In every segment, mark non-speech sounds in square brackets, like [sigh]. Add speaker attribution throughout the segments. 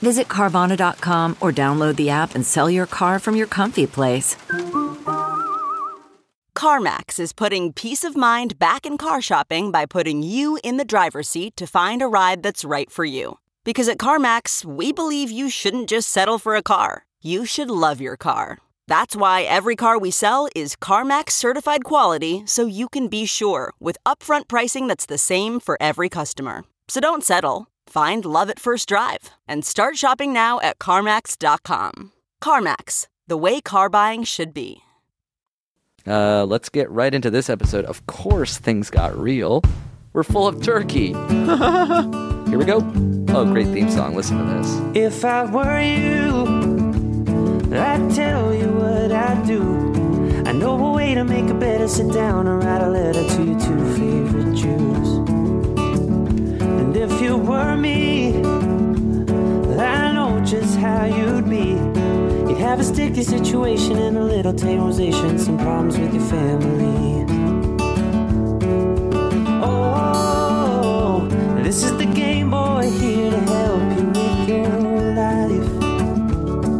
Speaker 1: Visit Carvana.com or download the app and sell your car from your comfy place.
Speaker 2: CarMax is putting peace of mind back in car shopping by putting you in the driver's seat to find a ride that's right for you. Because at CarMax, we believe you shouldn't just settle for a car, you should love your car. That's why every car we sell is CarMax certified quality so you can be sure with upfront pricing that's the same for every customer. So don't settle. Find love at first drive and start shopping now at CarMax.com. CarMax, the way car buying should be.
Speaker 3: Uh, let's get right into this episode. Of course, things got real. We're full of
Speaker 4: [laughs]
Speaker 3: turkey. Here we go. Oh, great theme song. Listen to this.
Speaker 5: If I were you, I'd tell you what I'd do. I know a way to make it better. Sit down and write a letter to your two favorite Jews. And if you were me, I know just how you'd be. You'd have a sticky situation and a little tamerization, some problems with your family. Oh, this is the Game Boy here to help you with your life.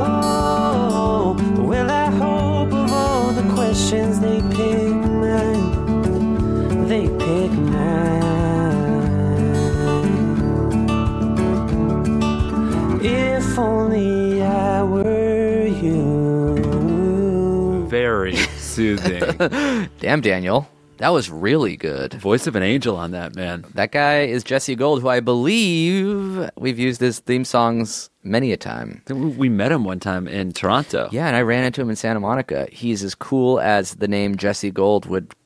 Speaker 5: Oh, well, I hope of all the questions they pick mine. They pick mine. If only I were you.
Speaker 4: [laughs] Very soothing.
Speaker 3: Damn, Daniel. That was really good.
Speaker 4: Voice of an angel on that, man.
Speaker 3: That guy is Jesse Gold, who I believe we've used his theme songs many a time.
Speaker 4: We- We met him one time in Toronto.
Speaker 3: Yeah, and I ran into him in Santa Monica. He's as cool as the name Jesse Gold would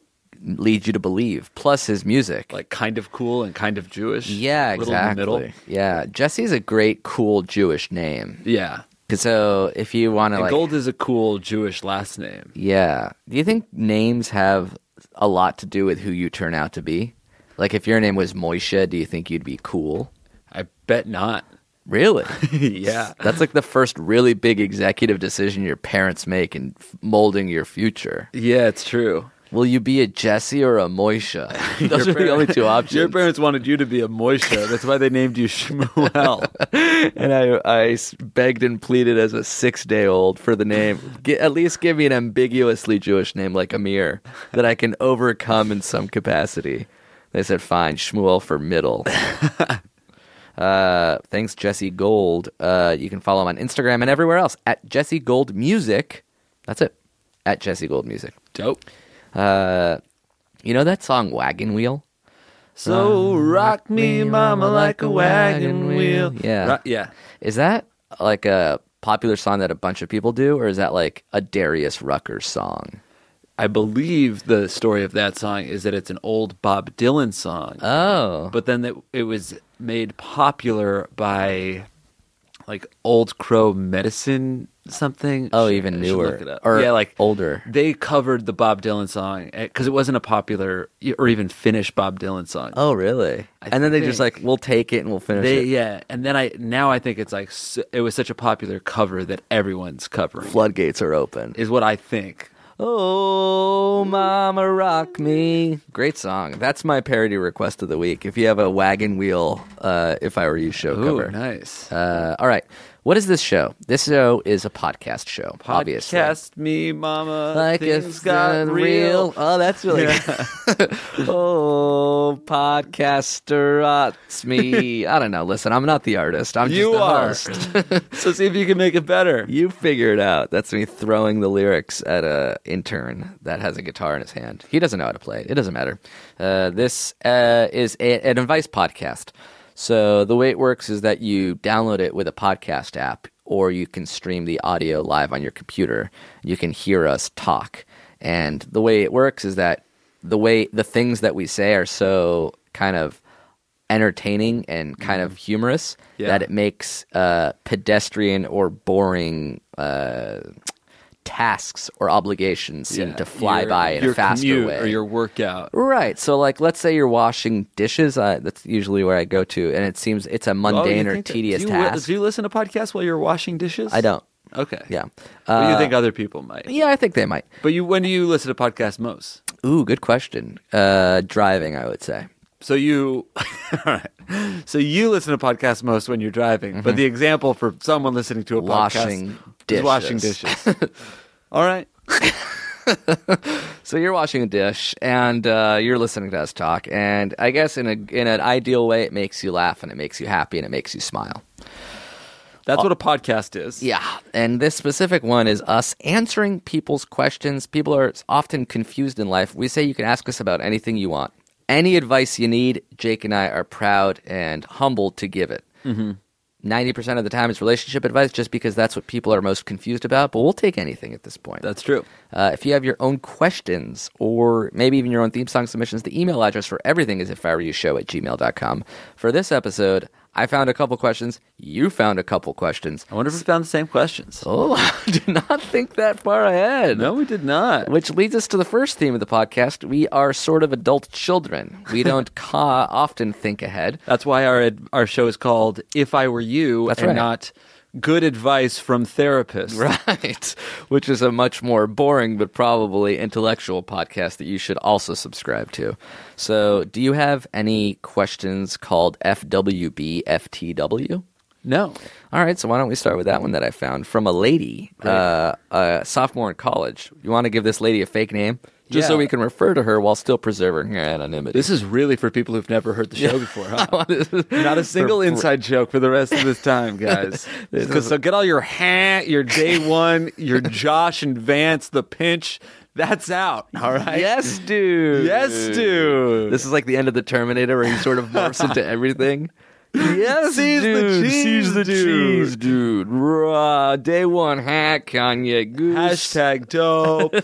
Speaker 3: lead you to believe, plus his music.
Speaker 4: Like kind of cool and kind of Jewish.
Speaker 3: yeah,
Speaker 4: Little
Speaker 3: exactly.
Speaker 4: In the middle.
Speaker 3: Yeah, Jesse's a great, cool Jewish name.
Speaker 4: Yeah.
Speaker 3: 'Cause So if you want to,
Speaker 4: And
Speaker 3: like,
Speaker 4: Gold is a cool Jewish last name.
Speaker 3: yeah, do you think names have a lot to do with who you turn out to be? Like, if your name was Moisha, do you think you'd be cool?
Speaker 4: I
Speaker 3: [laughs]
Speaker 4: bet not.
Speaker 3: Really?
Speaker 4: [laughs] yeah.
Speaker 3: That's like the first really big executive decision your parents make in f- molding your future.
Speaker 4: Yeah, it's true.
Speaker 3: Will you be a Jesse or a
Speaker 4: [laughs]
Speaker 3: Moisha? Those are the only two options.
Speaker 4: Your parents wanted you to be a Moisha. That's why they named you [laughs] Shmuel.
Speaker 3: [laughs] and I, I s- begged and pleaded as a six day old for the name. G at least give me an ambiguously Jewish name like Amir that I can overcome in some capacity. They said, fine, Shmuel for middle. uh, thanks, Jesse Gold. Uh, you can follow him on Instagram and everywhere else at Jesse Gold Music. That's it. At Jesse Gold Music.
Speaker 4: Dope.
Speaker 3: You know that song, Wagon Wheel? Uh,
Speaker 4: So rock me, mama, like a wagon wheel.
Speaker 3: Yeah.
Speaker 4: Ro- yeah.
Speaker 3: Is that like a popular song that a bunch of people do, or is that like a Darius Rucker song?
Speaker 4: I believe the story of that song is that it's an old Bob Dylan song.
Speaker 3: Oh,
Speaker 4: but then it, it was made popular by like old crow medicine something
Speaker 3: oh,
Speaker 4: Shit,
Speaker 3: even
Speaker 4: I should
Speaker 3: newer
Speaker 4: look it up.
Speaker 3: or
Speaker 4: yeah like
Speaker 3: older.
Speaker 4: they covered the bob dylan song because it wasn't a popular or even finished bob dylan song
Speaker 3: Oh, really?
Speaker 4: I
Speaker 3: and then they just
Speaker 4: think-
Speaker 3: like we'll take it and we'll finish
Speaker 4: they
Speaker 3: it.
Speaker 4: yeah and then i now i think it's like s- it was such a popular cover that everyone's covering
Speaker 3: Floodgates are open.
Speaker 4: is what i think
Speaker 3: Oh, mama, rock me! Great song. That's my parody request of the week. If you have a wagon wheel, uh, if I were you show
Speaker 4: Ooh,
Speaker 3: cover.
Speaker 4: nice
Speaker 3: Uh, all right, what is this show? This show is a podcast show. Obviously,
Speaker 4: Podcast me mama
Speaker 3: like
Speaker 4: things
Speaker 3: it's
Speaker 4: got real
Speaker 3: Oh, that's really. [laughs] oh, podcasterots
Speaker 4: [laughs]
Speaker 3: me. I don't know. Listen, I'm not the artist. I'm
Speaker 4: You
Speaker 3: just the host.
Speaker 4: [laughs] so see if you can make it
Speaker 3: [laughs]
Speaker 4: better
Speaker 3: you figure it out. That's me throwing the lyrics at a intern that has a guitar in his hand. He doesn't know how to play it. It doesn't matter. Uh, this uh, is a, an advice podcast. So the way it works is that you download it with a podcast app, or you can stream the audio live on your computer. You can hear us talk. And the way it works is that the way the things that we say are so kind of entertaining and kind of humorous
Speaker 4: Mm-hmm. Yeah.
Speaker 3: that it makes uh, pedestrian or boring uh, tasks or obligations seem
Speaker 4: Yeah,
Speaker 3: to fly
Speaker 4: your-
Speaker 3: by in
Speaker 4: your
Speaker 3: a faster
Speaker 4: commute
Speaker 3: way
Speaker 4: or your workout.
Speaker 3: Right. So, like, let's say you're washing dishes. Uh, that's usually where I go to, and it seems it's a
Speaker 4: Oh, you
Speaker 3: mundane or
Speaker 4: think that-
Speaker 3: tedious
Speaker 4: do you,
Speaker 3: task.
Speaker 4: Do you listen to podcasts while you're washing dishes?
Speaker 3: I don't.
Speaker 4: Okay.
Speaker 3: Yeah.
Speaker 4: But you
Speaker 3: Uh,
Speaker 4: think other people might?
Speaker 3: Yeah, I think they might.
Speaker 4: But you, when do you listen to podcasts most?
Speaker 3: Ooh, good question. Uh, driving, I would say.
Speaker 4: So you, [laughs] all right. So you listen to podcasts most when you're driving. But the example for someone listening to a
Speaker 3: Mm-hmm. Washing
Speaker 4: podcast is washing
Speaker 3: dishes. [laughs]
Speaker 4: dishes. all right.
Speaker 3: So you're washing a dish, and uh, you're listening to us talk, and I guess in a in an ideal way, it makes you laugh, and it makes you happy, and it makes you smile.
Speaker 4: That's what a podcast is.
Speaker 3: Yeah, and this specific one is us answering people's questions. People are often confused in life. We say you can ask us about anything you want. Any advice you need, Jake and I are proud and humbled to give it. 90% of the time it's relationship advice just because that's what people are most confused about, but we'll take anything at this point.
Speaker 4: That's true.
Speaker 3: Uh, if you have your own questions or maybe even your own theme song submissions, the email address for everything is if I were you show at gmail.com. For this episode, I found a couple questions. You found a couple questions.
Speaker 4: I wonder if we found the same questions.
Speaker 3: [laughs] Oh, I did not think that far ahead.
Speaker 4: No, we did not.
Speaker 3: Which leads us to the first theme of the podcast. We are sort of adult children. We don't ca- often think ahead.
Speaker 4: That's why our ad- our show is called "If I Were You"
Speaker 3: That's
Speaker 4: and
Speaker 3: right.
Speaker 4: not "Good Advice from Therapists."
Speaker 3: [laughs] Right. Which is a much more boring but probably intellectual podcast that you should also subscribe to. So, do you have any questions called FWBFTW?
Speaker 4: No,
Speaker 3: All right, so why don't we start with that one that I found from a lady, uh, a sophomore in college. You want to give this lady a fake name just so
Speaker 4: Yeah.
Speaker 3: we can refer to her while still preserving her anonymity.
Speaker 4: this is really for people who've never heard the show [laughs] before. Huh? not a single inside joke for the
Speaker 3: [laughs]
Speaker 4: rest of this [laughs] time, guys. 'Cause so get all your hat, your [laughs] day one, your Josh and Vance, the pinch. That's out. All right.
Speaker 3: yes, dude.
Speaker 4: Yes, dude.
Speaker 3: This is like the end of the Terminator where he sort of morphs [laughs] into everything. Yes,
Speaker 4: Seize the
Speaker 3: dude.
Speaker 4: cheese,
Speaker 3: Seize the
Speaker 4: dude.
Speaker 3: cheese, dude. Raw. Day one hack, Kanye Goose.
Speaker 4: Hashtag [laughs] dope.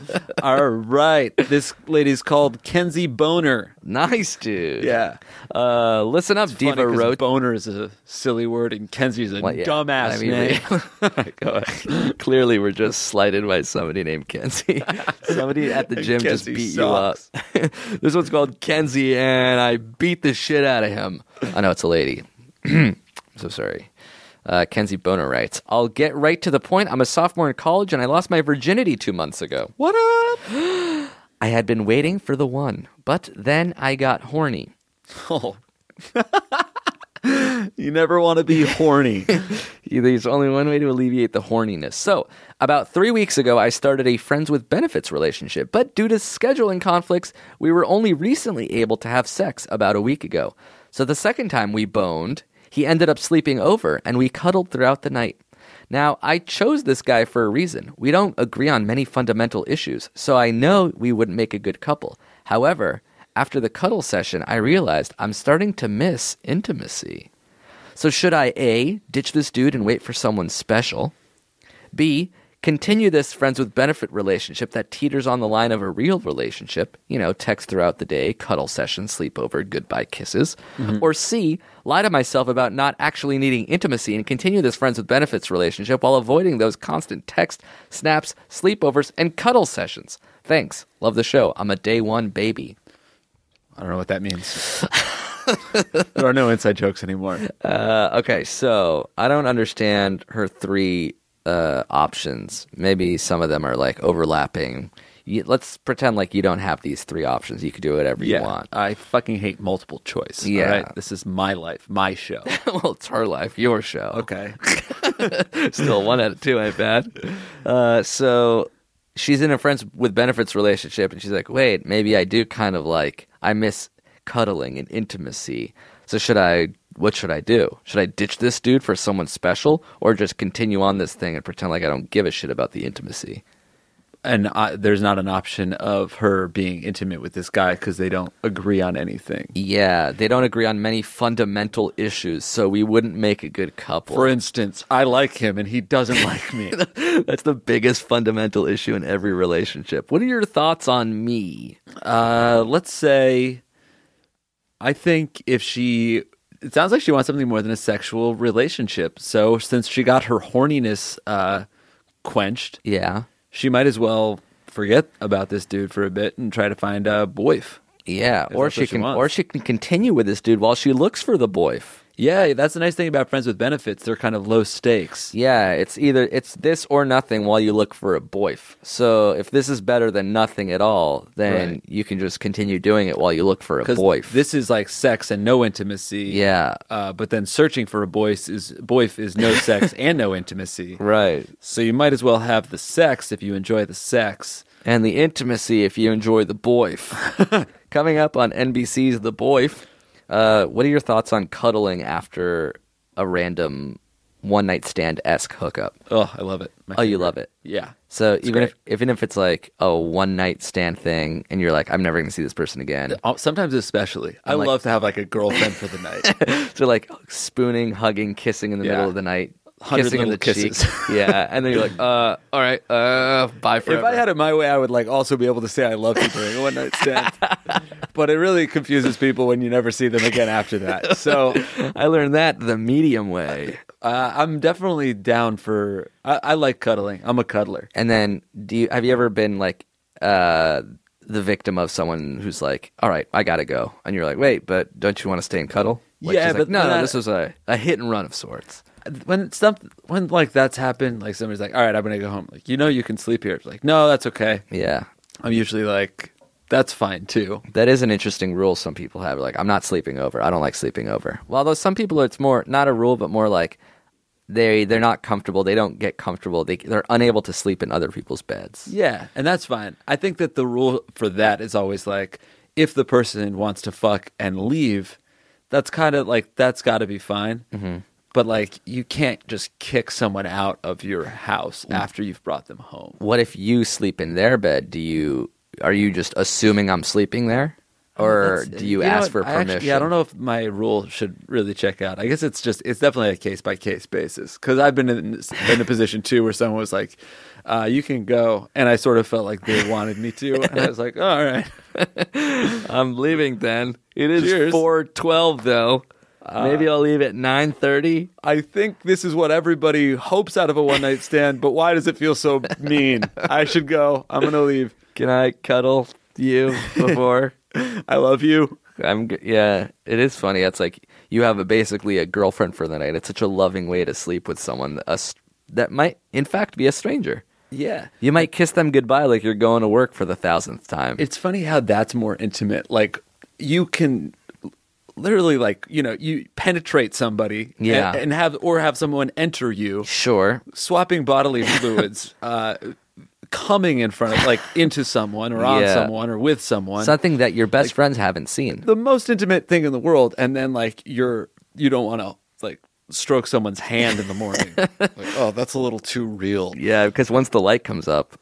Speaker 4: all right. This lady's called Kenzie Boner.
Speaker 3: Nice, dude.
Speaker 4: Yeah.
Speaker 3: Uh, listen up,
Speaker 4: Funny
Speaker 3: Diva
Speaker 4: 'cause
Speaker 3: Roach.
Speaker 4: Boner is a silly word, and Kenzie's a
Speaker 3: Well, yeah.
Speaker 4: dumbass
Speaker 3: I mean,
Speaker 4: name.
Speaker 3: we- Go ahead. Clearly, we're just slighted by somebody named [laughs] Kenzie. [laughs] somebody at the
Speaker 4: [laughs]
Speaker 3: gym just
Speaker 4: Kenzie
Speaker 3: beat
Speaker 4: sucks.
Speaker 3: you up. [laughs] this one's called Kenzie, and I beat the shit out of him. I know it's a lady. [clears throat] I'm so sorry. Uh, Kenzie Boner writes, I'll get right to the point. I'm a sophomore in college, and I lost my virginity two months ago.
Speaker 4: What up?
Speaker 3: [gasps] I had been waiting for the one, but then I got horny.
Speaker 4: Oh. you never want
Speaker 3: [laughs]
Speaker 4: to be horny.
Speaker 3: There's only one way to alleviate the horniness. So, about three weeks ago, I started a friends with benefits relationship, but due to scheduling conflicts, we were only recently able to have sex about a week ago. So, the second time we boned, he ended up sleeping over and we cuddled throughout the night. Now, I chose this guy for a reason. We don't agree on many fundamental issues, so I know we wouldn't make a good couple. However, after the cuddle session, I realized I'm starting to miss intimacy. So should I A, ditch this dude and wait for someone special? B, continue this friends with benefit relationship that teeters on the line of a real relationship, you know, text throughout the day, cuddle session, sleepover, goodbye kisses? Or C, lie to myself about not actually needing intimacy and continue this friends with benefits relationship while avoiding those constant text, snaps, sleepovers, and cuddle sessions? Thanks. Love the show. I'm a day one baby.
Speaker 4: I don't know what that means. there are no inside jokes anymore.
Speaker 3: Okay, so I don't understand her three uh, options. Maybe some of them are like overlapping. You, let's pretend like you don't have these three options. You could do whatever you want. [laughs]
Speaker 4: I fucking hate multiple choice. all
Speaker 3: Yeah.
Speaker 4: right? This is my life, my show.
Speaker 3: well, it's her life, your show.
Speaker 4: Okay.
Speaker 3: Still one out of two, ain't bad. Uh, so she's in a friends with benefits relationship, and she's like, wait, maybe I do kind of like, I miss cuddling and intimacy. So should I, what should I do? Should I ditch this dude for someone special or just continue on this thing and pretend like I don't give a shit about the intimacy?
Speaker 4: and I, there's not an option of her being intimate with this guy because they don't agree on anything.
Speaker 3: Yeah, they don't agree on many fundamental issues, so we wouldn't make a good couple.
Speaker 4: For instance, I like him and he doesn't [laughs] like me.
Speaker 3: [laughs] That's the biggest fundamental issue in every relationship. What are your thoughts on me?
Speaker 4: Uh, let's say I think if she it sounds like she wants something more than a sexual relationship. So since she got her horniness uh, quenched,
Speaker 3: Yeah.
Speaker 4: she might as well forget about this dude for a bit and try to find a boyf.
Speaker 3: Yeah, or
Speaker 4: that's
Speaker 3: she
Speaker 4: what she
Speaker 3: can,
Speaker 4: wants.
Speaker 3: or she can continue with this dude while she looks for the boyf.
Speaker 4: Yeah, that's the nice thing about friends with benefits. They're kind of low stakes.
Speaker 3: Yeah, it's either it's this or nothing while you look for a boyf. So if this is better than nothing at all, then
Speaker 4: Right.
Speaker 3: you can just continue doing it while you look for a boyf.
Speaker 4: this is like sex and no intimacy.
Speaker 3: yeah,
Speaker 4: Uh, but then searching for a boyf is boyf is
Speaker 3: [laughs]
Speaker 4: no sex and no intimacy.
Speaker 3: right.
Speaker 4: So you might as well have the sex if you enjoy the sex.
Speaker 3: And the intimacy if you enjoy the
Speaker 4: [laughs]
Speaker 3: boyf. Coming up on NBC's The Boyf. Uh, what are your thoughts on cuddling after a random one night stand esque hookup?
Speaker 4: Oh, I love it. My
Speaker 3: Oh, you
Speaker 4: favorite.
Speaker 3: love it.
Speaker 4: Yeah.
Speaker 3: So even
Speaker 4: great.
Speaker 3: if even if it's like a one night stand thing, and you're like, I'm never going to see this person again.
Speaker 4: Oh, Sometimes, especially, i
Speaker 3: I'm like-
Speaker 4: love to have like a girlfriend for the
Speaker 3: [laughs]
Speaker 4: night.
Speaker 3: So like spooning, hugging, kissing in the
Speaker 4: Yeah.
Speaker 3: middle of the night,
Speaker 4: Hundred
Speaker 3: kissing in
Speaker 4: little
Speaker 3: the
Speaker 4: kisses. [laughs]
Speaker 3: cheek. Yeah, and then you're like, uh, all right, uh, bye forever.
Speaker 4: if I had it my way, I would like also be able to say I love you during a one night
Speaker 3: [laughs]
Speaker 4: stand. but it really confuses people when you never see them again after that. So
Speaker 3: [laughs] I learned that the medium way.
Speaker 4: uh, I'm definitely down for. I, I like cuddling. I'm a cuddler.
Speaker 3: And then, do you have you ever been like uh, the victim of someone who's like, all right, I gotta go, and you're like, wait, but don't you want to stay and cuddle? Like,
Speaker 4: Yeah,
Speaker 3: she's like,
Speaker 4: but
Speaker 3: no, no,
Speaker 4: not-
Speaker 3: this was a, a hit and run of sorts.
Speaker 4: When stuff when like that's happened, like somebody's like, "All right, I'm gonna go home." Like you know, you can sleep here. It's like, no, that's okay.
Speaker 3: Yeah,
Speaker 4: I'm usually like, that's fine too.
Speaker 3: That is an interesting rule some people have. Like, I'm not sleeping over. I don't like sleeping over. Well, although some people, it's more not a rule, but more like they they're not comfortable. They don't get comfortable. They they're unable to sleep in other people's beds.
Speaker 4: Yeah, and that's fine. I think that the rule for that is always like if the person wants to fuck and leave, that's kind of like that's got to be fine. But like you can't just kick someone out of your house after you've brought them home.
Speaker 3: What if you sleep in their bed? Do you are you just assuming I'm sleeping there, or
Speaker 4: Oh, That's- uh,
Speaker 3: do you,
Speaker 4: know
Speaker 3: ask
Speaker 4: what?
Speaker 3: for
Speaker 4: I
Speaker 3: permission?
Speaker 4: actually- yeah, I don't know if my rule should really check out. I guess it's just it's definitely a case by case basis because I've been in in a position too where someone was like, uh, "You can go," and I sort of felt like they wanted me to, and I was like, "All right."
Speaker 3: I'm leaving then. It is
Speaker 4: Cheers. Uh,
Speaker 3: four twelve though. Maybe I'll leave at nine thirty.
Speaker 4: I think this is what everybody hopes out of a one night stand, but why does it feel so mean? I should go. I'm going to leave.
Speaker 3: Can I cuddle
Speaker 4: [laughs]
Speaker 3: you before?
Speaker 4: I love you.
Speaker 3: I'm g- yeah, it is funny. It's like you have a, basically a girlfriend for the night. It's such a loving way to sleep with someone that, a, str- that might in fact be a stranger.
Speaker 4: Yeah.
Speaker 3: You might kiss them goodbye like you're going to work for the thousandth time.
Speaker 4: It's funny how that's more intimate. Like, you can literally, like, you know, you penetrate somebody
Speaker 3: Yeah.
Speaker 4: and, and have, or have someone enter you,
Speaker 3: sure.
Speaker 4: swapping bodily fluids, uh, coming in front of, like, into someone or on
Speaker 3: Yeah.
Speaker 4: someone or with someone.
Speaker 3: Something that your best friends haven't seen.
Speaker 4: the most intimate thing in the world and then like you're you don't want to like stroke someone's hand in the morning like oh that's a little too real
Speaker 3: yeah, because once the light comes up,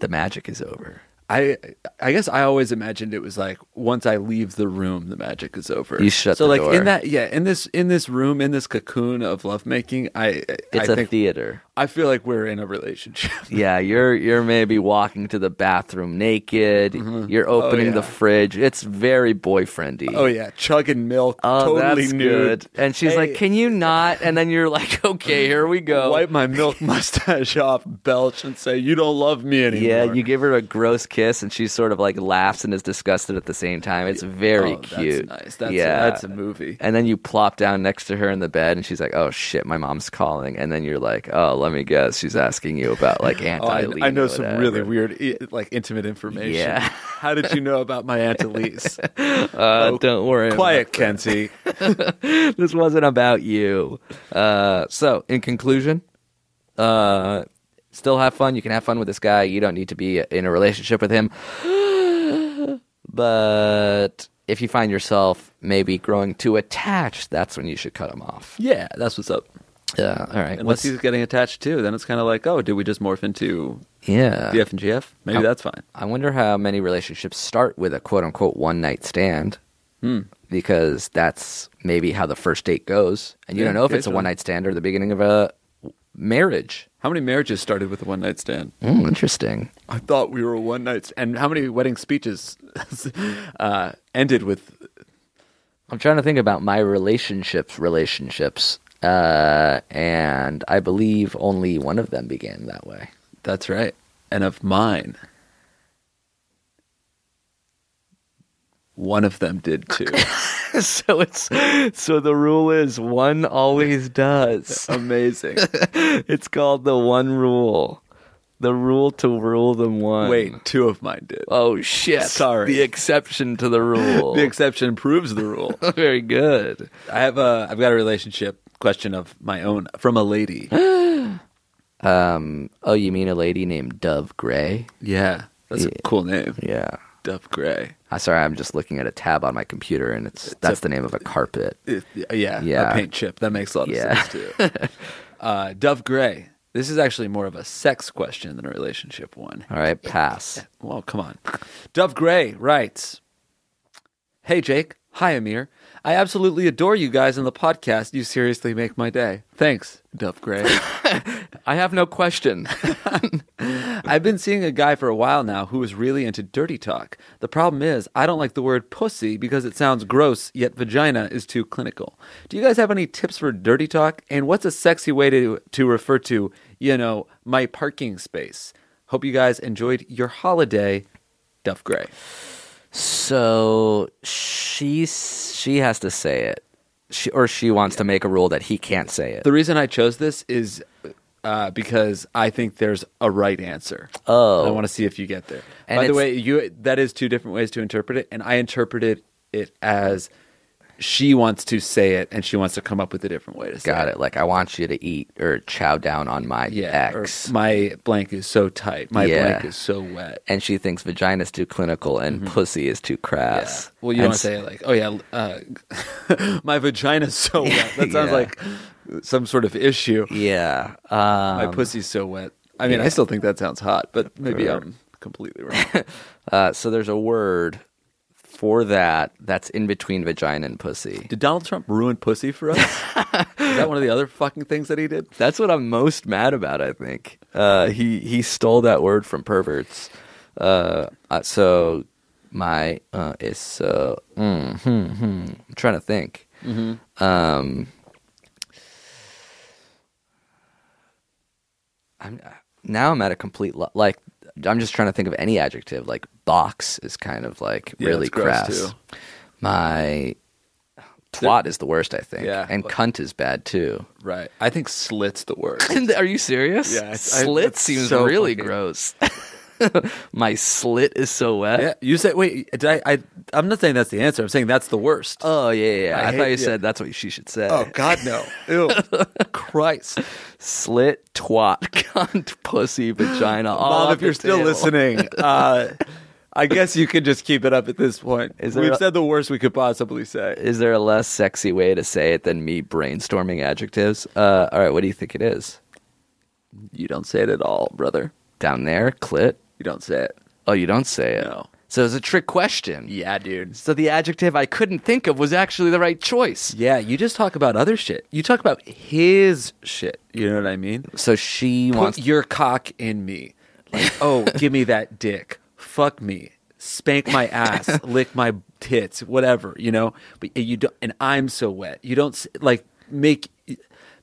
Speaker 3: the magic is over.
Speaker 4: i i guess i always imagined it was like once i leave the room the magic is over
Speaker 3: You shut
Speaker 4: so
Speaker 3: the
Speaker 4: like
Speaker 3: door.
Speaker 4: in that yeah in this in this room in this cocoon of lovemaking i
Speaker 3: It's
Speaker 4: I
Speaker 3: a
Speaker 4: think
Speaker 3: theater.
Speaker 4: i feel like we're in a relationship [laughs]
Speaker 3: Yeah, you're you're maybe walking to the bathroom naked. You're opening the
Speaker 4: Mm-hmm. Oh, yeah.
Speaker 3: fridge. It's very boyfriendy.
Speaker 4: oh yeah chugging milk
Speaker 3: Oh,
Speaker 4: totally
Speaker 3: that's
Speaker 4: nude
Speaker 3: good. And she's like,
Speaker 4: Hey.
Speaker 3: "Can you not?" And then you're like, [laughs] "Okay, here we go."
Speaker 4: wipe my milk [laughs] mustache off belch and say you don't love me anymore
Speaker 3: yeah, you give her a gross kiss, and she sort of like laughs and is disgusted at the same time. It's very
Speaker 4: Oh, that's
Speaker 3: cute.
Speaker 4: nice. That's a-
Speaker 3: yeah,
Speaker 4: that's a movie.
Speaker 3: And then you plop down next to her in the bed, and she's like, "Oh shit, my mom's calling." And then you're like, "Oh, let me guess, she's asking you about like
Speaker 4: [laughs] Oh, I,
Speaker 3: anti."
Speaker 4: I know some really weird, i- like intimate information.
Speaker 3: Yeah.
Speaker 4: How did you know about my Aunt [laughs] Elise?
Speaker 3: Uh, don't worry. about
Speaker 4: Quiet, Kenzie.
Speaker 3: this wasn't about you. Uh, so, in conclusion, uh, still have fun. You can have fun with this guy. You don't need to be in a relationship with him. [gasps] but if you find yourself maybe growing too attached, that's when you should cut him off.
Speaker 4: Yeah, that's what's up.
Speaker 3: Yeah. All right.
Speaker 4: Unless he's getting attached too, then it's kind of like, oh, did we just morph into
Speaker 3: yeah.
Speaker 4: the F and GF? Maybe
Speaker 3: Oh.
Speaker 4: that's fine.
Speaker 3: I wonder how many relationships start with a quote unquote one night stand.
Speaker 4: Hmm.
Speaker 3: Because that's maybe how the first date goes. And you
Speaker 4: Yeah,
Speaker 3: don't know if it's a
Speaker 4: occasionally.
Speaker 3: one night stand or the beginning of a marriage.
Speaker 4: How many marriages started with a one night stand?
Speaker 3: Mm, interesting.
Speaker 4: I thought we were a [laughs] one night, and how many wedding speeches uh, ended with
Speaker 3: I'm trying to think about my relationships, relationships, uh, and I believe only one of them began that way.
Speaker 4: That's right. And of mine, one of them did too.
Speaker 3: [laughs] so it's so the rule is one always [laughs] does.
Speaker 4: Amazing.
Speaker 3: It's called the one rule, the rule to rule them one.
Speaker 4: Wait, two of mine did.
Speaker 3: Oh shit!
Speaker 4: Sorry.
Speaker 3: the exception to [laughs] the rule.
Speaker 4: The exception proves the rule.
Speaker 3: Very good.
Speaker 4: I have a I've got a relationship question of my own from
Speaker 3: [gasps]
Speaker 4: a lady.
Speaker 3: Um. Oh, you mean a lady named Dove Gray?
Speaker 4: Yeah. That's a cool name.
Speaker 3: Yeah.
Speaker 4: Duff Gray.
Speaker 3: I sorry, I'm just looking at a tab on my computer, and it's, that's the name of a carpet.
Speaker 4: It- yeah,
Speaker 3: Yeah.
Speaker 4: a paint chip. That makes a lot of
Speaker 3: Yeah.
Speaker 4: sense
Speaker 3: [laughs]
Speaker 4: too. uh, Dove Gray. This is actually more of a sex question than a relationship one.
Speaker 3: All right, pass.
Speaker 4: Well, come on. Dove Gray writes Hey, Jake. Hi, Amir. I absolutely adore you guys on the podcast. You seriously make my day. Thanks, Dove Gray.
Speaker 3: I have no question.
Speaker 4: I've been seeing a guy for a while now who is really into dirty talk. The problem is, I don't like the word pussy because it sounds gross, yet vagina is too clinical. Do you guys have any tips for dirty talk? And what's a sexy way to, to refer to, you know, my parking space? Hope you guys enjoyed your holiday, Duff Gray.
Speaker 3: so she she has to say it, she, or she wants to make a rule that he can't say it.
Speaker 4: The reason I chose this is uh, because I think there's a right answer.
Speaker 3: Oh.
Speaker 4: I want to see if you get there.
Speaker 3: And
Speaker 4: By the
Speaker 3: it's-
Speaker 4: way, you that is two different ways to interpret it, and I interpreted it as she wants to say it, and she wants to come up with a different way to say
Speaker 3: Got it. Like I want you to eat or chow down on my
Speaker 4: Yeah. or
Speaker 3: ex.
Speaker 4: my blank is so tight. My
Speaker 3: Yeah.
Speaker 4: blank is so wet.
Speaker 3: and she thinks vagina's too clinical and pussy is too crass.
Speaker 4: Mm-hmm. Well, you
Speaker 3: And
Speaker 4: want to say it like, oh yeah, uh, [laughs] my
Speaker 3: [laughs]
Speaker 4: vagina's so wet. That sounds
Speaker 3: Yeah.
Speaker 4: like some sort of issue.
Speaker 3: Yeah. Um,
Speaker 4: My pussy's so wet. I mean, I still think that sounds hot, but maybe I'm completely wrong.
Speaker 3: uh, so there's a word for that that's in between vagina and pussy.
Speaker 4: Did Donald Trump ruin pussy for [laughs] us? Is that one of the other fucking things that he did?
Speaker 3: That's what I'm most mad about. I think uh, he he stole that word from perverts. Uh, uh, so my uh, is so. Mm, hmm, hmm. I'm trying to think.
Speaker 4: Mm-hmm.
Speaker 3: Um, I'm now I'm at a complete lo- like. I'm just trying to think of any adjective. Like box is kind of like
Speaker 4: Yeah,
Speaker 3: really
Speaker 4: it's gross,
Speaker 3: crass.
Speaker 4: too.
Speaker 3: My twat is the worst, I think,
Speaker 4: Yeah.
Speaker 3: and cunt is bad too.
Speaker 4: Right. I think slits the
Speaker 3: [laughs]
Speaker 4: word.
Speaker 3: Are you serious?
Speaker 4: Yeah, I- I-
Speaker 3: slit
Speaker 4: that's
Speaker 3: seems
Speaker 4: so
Speaker 3: really
Speaker 4: fucking-
Speaker 3: gross. [laughs] My slit is so wet.
Speaker 4: [laughs] yeah. You said wait, did I, I I'm not saying that's the answer. I'm saying that's the worst.
Speaker 3: Oh yeah, yeah. yeah. I,
Speaker 4: I
Speaker 3: thought
Speaker 4: hate-
Speaker 3: you
Speaker 4: yeah.
Speaker 3: said that's what she should say.
Speaker 4: oh god no. Ew. [laughs] Christ.
Speaker 3: Slit, twat, [laughs] cunt, pussy,
Speaker 4: [gasps]
Speaker 3: vagina. All
Speaker 4: Mom,
Speaker 3: off
Speaker 4: if you're
Speaker 3: the
Speaker 4: still
Speaker 3: table.
Speaker 4: [laughs] listening, uh I guess you could just keep it up at this point.
Speaker 3: Is there
Speaker 4: We've
Speaker 3: a-
Speaker 4: said the worst we could possibly say.
Speaker 3: is there a less sexy way to say it than me brainstorming adjectives? Uh, all right, what do you think it is?
Speaker 4: You don't say it at all, brother.
Speaker 3: Down there, clit.
Speaker 4: You don't say it.
Speaker 3: Oh, you don't say it.
Speaker 4: No.
Speaker 3: So it's a trick question.
Speaker 4: Yeah, dude.
Speaker 3: So the adjective I couldn't think of was actually the right choice.
Speaker 4: Yeah, you just talk about other shit. You talk about his shit. You know what I mean?
Speaker 3: So she wants.
Speaker 4: Put your cock in me.
Speaker 3: [laughs]
Speaker 4: Like, oh, give me that dick. Fuck me. Spank my
Speaker 3: [laughs]
Speaker 4: ass. lick my tits. Whatever you know. But you don't. And I'm so wet. You don't s- like make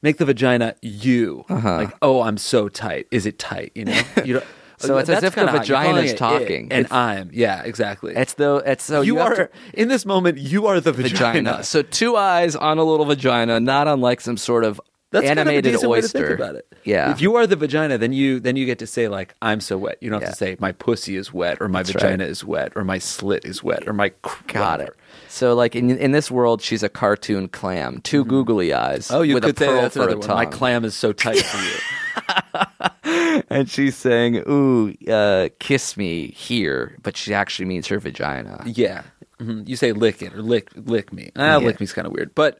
Speaker 4: make the vagina you.
Speaker 3: Uh-huh.
Speaker 4: Like, oh, I'm so tight. Is it tight?
Speaker 3: [laughs]
Speaker 4: You know. You don't.
Speaker 3: So it's as
Speaker 4: That's
Speaker 3: if the
Speaker 4: kinda hot. You're
Speaker 3: vagina's
Speaker 4: calling it it
Speaker 3: talking.
Speaker 4: and
Speaker 3: It's-
Speaker 4: I'm. Yeah, exactly.
Speaker 3: it's though. It's so
Speaker 4: you,
Speaker 3: you have
Speaker 4: are
Speaker 3: to-
Speaker 4: in this moment. You are the
Speaker 3: vagina.
Speaker 4: vagina.
Speaker 3: So two eyes on a little vagina, not unlike some sort of
Speaker 4: That's
Speaker 3: animated
Speaker 4: kind of a decent
Speaker 3: oyster.
Speaker 4: Way to think about it.
Speaker 3: Yeah.
Speaker 4: If you are the vagina, then you then you get to say like I'm so wet. You don't have
Speaker 3: Yeah.
Speaker 4: to say my pussy is wet or my
Speaker 3: right.
Speaker 4: vagina is wet or my slit is wet or my cr-
Speaker 3: got it.
Speaker 4: whatever.
Speaker 3: So like in in this world, she's a cartoon clam, 2 googly eyes.
Speaker 4: Mm-hmm. Oh, you
Speaker 3: with
Speaker 4: could
Speaker 3: a
Speaker 4: say
Speaker 3: pearl
Speaker 4: that's
Speaker 3: for a
Speaker 4: another one. My
Speaker 3: tongue.
Speaker 4: clam is so tight for you.
Speaker 3: [laughs] and she's saying, "Ooh, uh, kiss me here," but she actually means her vagina.
Speaker 4: Yeah. Mhm. You say lick it or lick lick me. Ah, lick me's kind of weird, but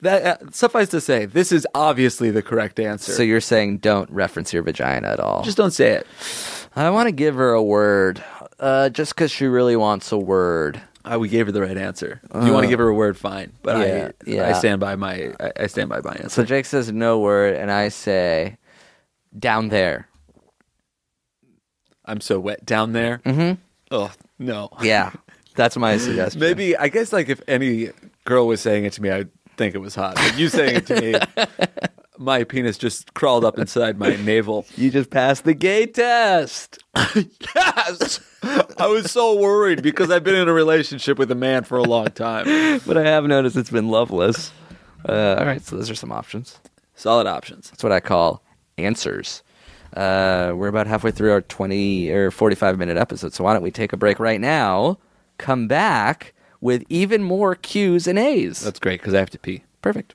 Speaker 4: that uh, suffice to say, this is obviously the correct answer.
Speaker 3: So you're saying don't reference your vagina at all.
Speaker 4: just don't say it.
Speaker 3: I want to give her a word, uh, just because she really wants a word.
Speaker 4: Uh, we gave her the right answer. If you want to give her a word, fine. But
Speaker 3: Uh. Yeah,
Speaker 4: I,
Speaker 3: yeah.
Speaker 4: I stand by my I, I stand by my answer.
Speaker 3: So Jake says no word, and I say down there.
Speaker 4: I'm so wet down there. Mm-hmm. Oh no.
Speaker 3: Yeah, that's my suggestion.
Speaker 4: Maybe I guess like if any girl was saying it to me, I think it was hot. But you saying it to [laughs] me, my penis just crawled up inside my navel. [laughs]
Speaker 3: You just passed the gay test.
Speaker 4: Yes! I was so worried because I've been in a relationship with a man for a long time.
Speaker 3: But I have noticed it's been loveless. Uh, all right, so those are some options.
Speaker 4: Solid options.
Speaker 3: That's what I call answers. Uh, we're about halfway through our 20 or 45 minute episode, so why don't we take a break right now, come back with even more Q's and A's.
Speaker 4: That's great because I have to pee.
Speaker 3: perfect.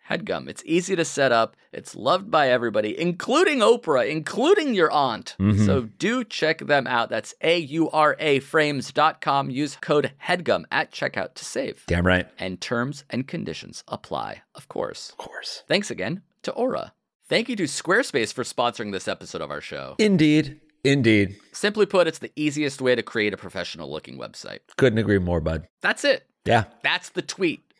Speaker 3: HEADGUM. It's easy to set up, it's loved by everybody, including Oprah, including your aunt. So do check them out. That's A U R A frames.com. Use code HEADGUM at checkout to save.
Speaker 6: Damn right.
Speaker 3: And terms and conditions apply, of course. Of course. Thanks again to Aura. Thank you to Squarespace for sponsoring this episode of our show.
Speaker 6: Indeed. Indeed.
Speaker 3: Simply put, it's the easiest way to create a professional looking website.
Speaker 6: Couldn't agree more, bud.
Speaker 3: That's it.
Speaker 6: Yeah.
Speaker 3: That's the tweet. [laughs]
Speaker 6: [laughs]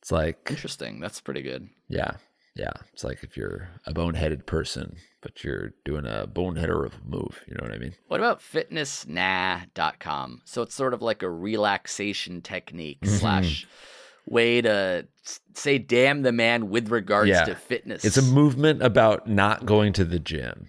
Speaker 6: It's like,
Speaker 3: Interesting. That's pretty good.
Speaker 6: yeah, yeah. It's like if you're a boneheaded person, but you're doing a boneheader of a move. You know what I mean?
Speaker 3: What about fitnessnah.com? So it's sort of like a relaxation technique
Speaker 6: Mm-hmm.
Speaker 3: slash way to s- say damn the man with regards
Speaker 6: Yeah.
Speaker 3: to fitness.
Speaker 6: It's a movement about not going to the gym.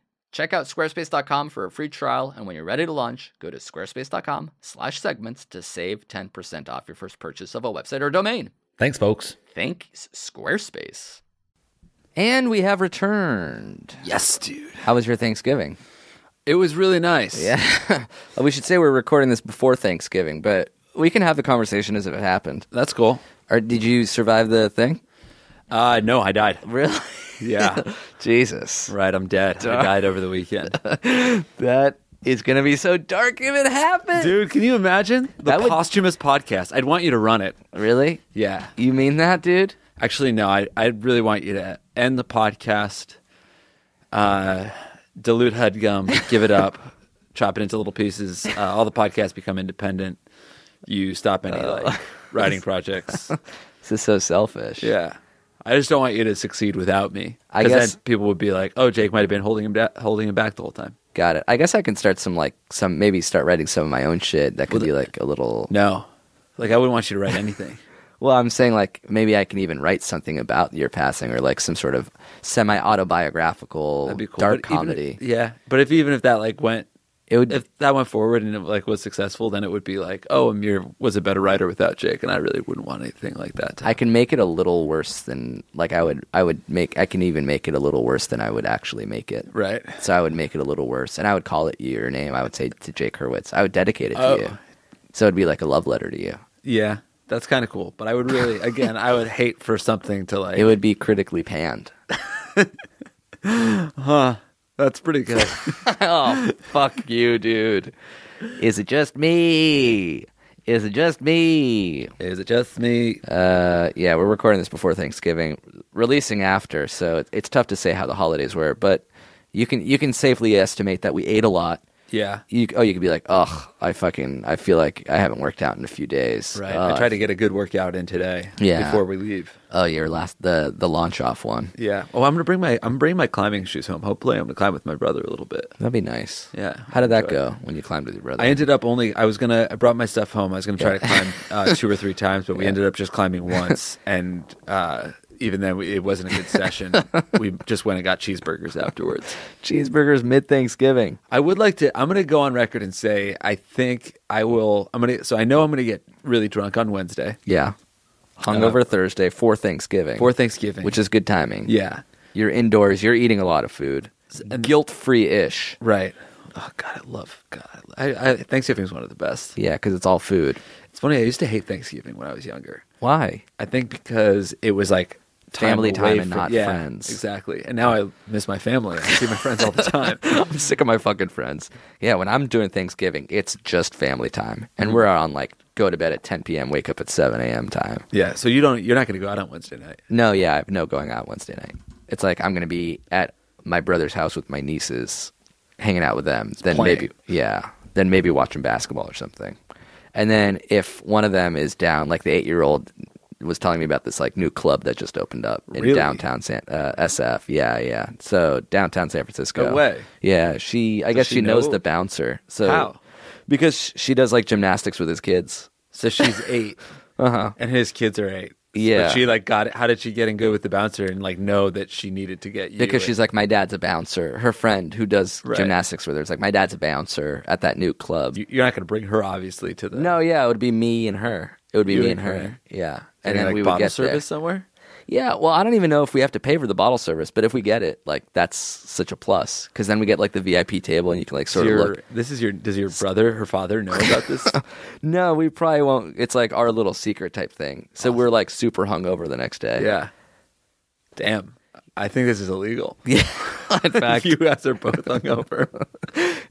Speaker 3: check out squarespace.com for a free trial. And when you're ready to launch, go to squarespace.com slash segments to save 10% off your first purchase of a website or domain.
Speaker 6: Thanks, folks.
Speaker 3: Thanks, Squarespace. And we have returned.
Speaker 4: Yes, dude.
Speaker 3: How was your Thanksgiving?
Speaker 4: It was really nice.
Speaker 3: Yeah. [laughs] we should say we're recording this before Thanksgiving, but we can have the conversation as if it happened.
Speaker 4: That's cool.
Speaker 3: Or did you survive the thing?
Speaker 4: Uh, no, I died.
Speaker 3: Really?
Speaker 4: [laughs] Yeah.
Speaker 3: [laughs] Jesus.
Speaker 4: right, I'm dead. I died over the weekend.
Speaker 3: That is going to be so dark if it happens.
Speaker 4: Dude, can you imagine? The
Speaker 3: That would-
Speaker 4: posthumous podcast. I'd want you to run it.
Speaker 3: Really?
Speaker 4: Yeah.
Speaker 3: You mean that, dude?
Speaker 4: Actually, no, I, I really want you to end the podcast, uh, dilute headgum, give
Speaker 3: [laughs]
Speaker 4: it up, chop it into little pieces. Uh, all the podcasts become independent.
Speaker 3: Uh. [laughs]
Speaker 4: You stop any like writing projects.
Speaker 3: This is so selfish.
Speaker 4: Yeah. I just don't want you to succeed without me.
Speaker 3: I
Speaker 4: 'Cause
Speaker 3: guess-
Speaker 4: then people would be like, "Oh, Jake might have been holding him da- holding him back the whole time."
Speaker 3: Got it. I guess I can start some like some maybe start writing some of my own shit that could be like a little.
Speaker 4: No, like I wouldn't want you to
Speaker 3: [laughs]
Speaker 4: write anything.
Speaker 3: Well, I'm saying like maybe I can even write something about your passing or like some sort of semi autobiographical
Speaker 4: That'd be cool.
Speaker 3: dark
Speaker 4: But even if-
Speaker 3: comedy.
Speaker 4: yeah, but if even if that like went,
Speaker 3: It would-
Speaker 4: if that went forward and it like was successful, then it would be like, "Oh, Amir was a better writer without Jake," and I really wouldn't want anything like that. to
Speaker 3: I can make it a little worse than like I would I would make I can even make it a little worse than I would actually make it.
Speaker 4: Right.
Speaker 3: So I would make it a little worse and I would call it your name. I would say to Jake Hurwitz. I would dedicate it to
Speaker 4: Oh.
Speaker 3: you. So it'd be like a love letter to you.
Speaker 4: Yeah, that's kind of cool. But I would [laughs] really, again, I would hate for something to like.
Speaker 3: It would be critically panned.
Speaker 4: that's pretty [laughs] good.
Speaker 3: Fuck you, dude. Is it just me? Is it just me?
Speaker 4: Is it just me?
Speaker 3: Uh, yeah, we're recording this before Thanksgiving, releasing after, so it- it's tough to say how the holidays were. But you can you can safely estimate that we ate a lot.
Speaker 4: yeah.
Speaker 3: You, oh, you could be like, ugh, I fucking, I feel like I haven't worked out in a few days.
Speaker 4: Right.
Speaker 3: Ugh."
Speaker 4: I tried to get a good workout in today.
Speaker 3: Yeah.
Speaker 4: Before we leave.
Speaker 3: Oh, your last the the launch off one.
Speaker 4: Yeah. Oh, I'm gonna bring my I'm bringing my climbing shoes home. Hopefully, I'm gonna climb with my brother a little bit.
Speaker 3: That'd be nice.
Speaker 4: Yeah,
Speaker 3: How did that
Speaker 4: enjoy it.
Speaker 3: go when you climbed with your brother?
Speaker 4: I ended up only I was gonna I brought my stuff home. I was gonna try to climb uh, two or three times,
Speaker 3: [laughs]
Speaker 4: but we ended up just climbing once, and uh, even then we, it wasn't a good session. we just went and got cheeseburgers afterwards.
Speaker 3: cheeseburgers mid Thanksgiving.
Speaker 4: I would like to. I'm going to go on record and say I think I will. I'm going to. So I know I'm going to get really drunk on Wednesday
Speaker 3: Yeah. Hungover Thursday for Thanksgiving.
Speaker 4: Uh, for Thanksgiving,
Speaker 3: Which is good timing.
Speaker 4: yeah,
Speaker 3: You're indoors, you're eating a lot of food. Guilt free ish.
Speaker 4: right. Oh God, I love God. I, I, Thanksgiving is one of the best.
Speaker 3: Yeah, because it's all food.
Speaker 4: It's funny. I used to hate Thanksgiving when I was younger.
Speaker 3: Why? [laughs]
Speaker 4: I think because it was like
Speaker 3: Family time
Speaker 4: away
Speaker 3: and
Speaker 4: from-
Speaker 3: not
Speaker 4: yeah,
Speaker 3: friends.
Speaker 4: Exactly. And now I miss my family. I see my friends all
Speaker 3: [laughs]
Speaker 4: the time.
Speaker 3: I'm sick of my fucking friends. Yeah, when I'm doing Thanksgiving, it's just family time. And we're on like go to bed at 10 p.m., wake up at 7 a.m. time.
Speaker 4: yeah. So you don't. You're not going to go out on Wednesday night.
Speaker 3: No, yeah, I have no going out Wednesday night. It's like I'm going to be at my brother's house with my nieces, hanging out with them. Then
Speaker 4: playing.
Speaker 3: maybe, yeah, then maybe watching basketball or something. And then if one of them is down, like the eight year old was telling me about this like new club that just opened up in
Speaker 4: Really?
Speaker 3: downtown San, uh, SF. Yeah, yeah. So downtown San Francisco.
Speaker 4: No way.
Speaker 3: Yeah, she. I guess
Speaker 4: she
Speaker 3: she, knows
Speaker 4: know?
Speaker 3: the bouncer. So
Speaker 4: How?
Speaker 3: Because she does like gymnastics with his kids.
Speaker 4: So she's [laughs] eight, and his kids are eight.
Speaker 3: Oh. Yeah.
Speaker 4: but she like got it. How did she get in good with the bouncer and like know that she needed to get you?
Speaker 3: because she's like my dad's a bouncer her friend who does
Speaker 4: Right.
Speaker 3: gymnastics with her is like my dad's a bouncer at that new club
Speaker 4: you, you're not going to bring her obviously to the
Speaker 3: no yeah it would be me and her it would be
Speaker 4: You
Speaker 3: me
Speaker 4: and
Speaker 3: and her,
Speaker 4: her.
Speaker 3: yeah
Speaker 4: and, then like,
Speaker 3: we would
Speaker 4: bottle
Speaker 3: get there.
Speaker 4: service somewhere.
Speaker 3: yeah well i don't even know if we have to pay for the bottle service but if we get it like that's such a plus because then we get like the vip table and you can like
Speaker 4: So
Speaker 3: sort of
Speaker 4: your,
Speaker 3: look
Speaker 4: this is your. Does your brother, her father, know
Speaker 3: [laughs]
Speaker 4: about this?
Speaker 3: no we probably won't it's like our little secret type thing so we're like super hungover the next day
Speaker 4: yeah. Damn, I think this is illegal.
Speaker 3: [laughs]
Speaker 4: [laughs]
Speaker 3: in fact
Speaker 4: you guys are both hungover.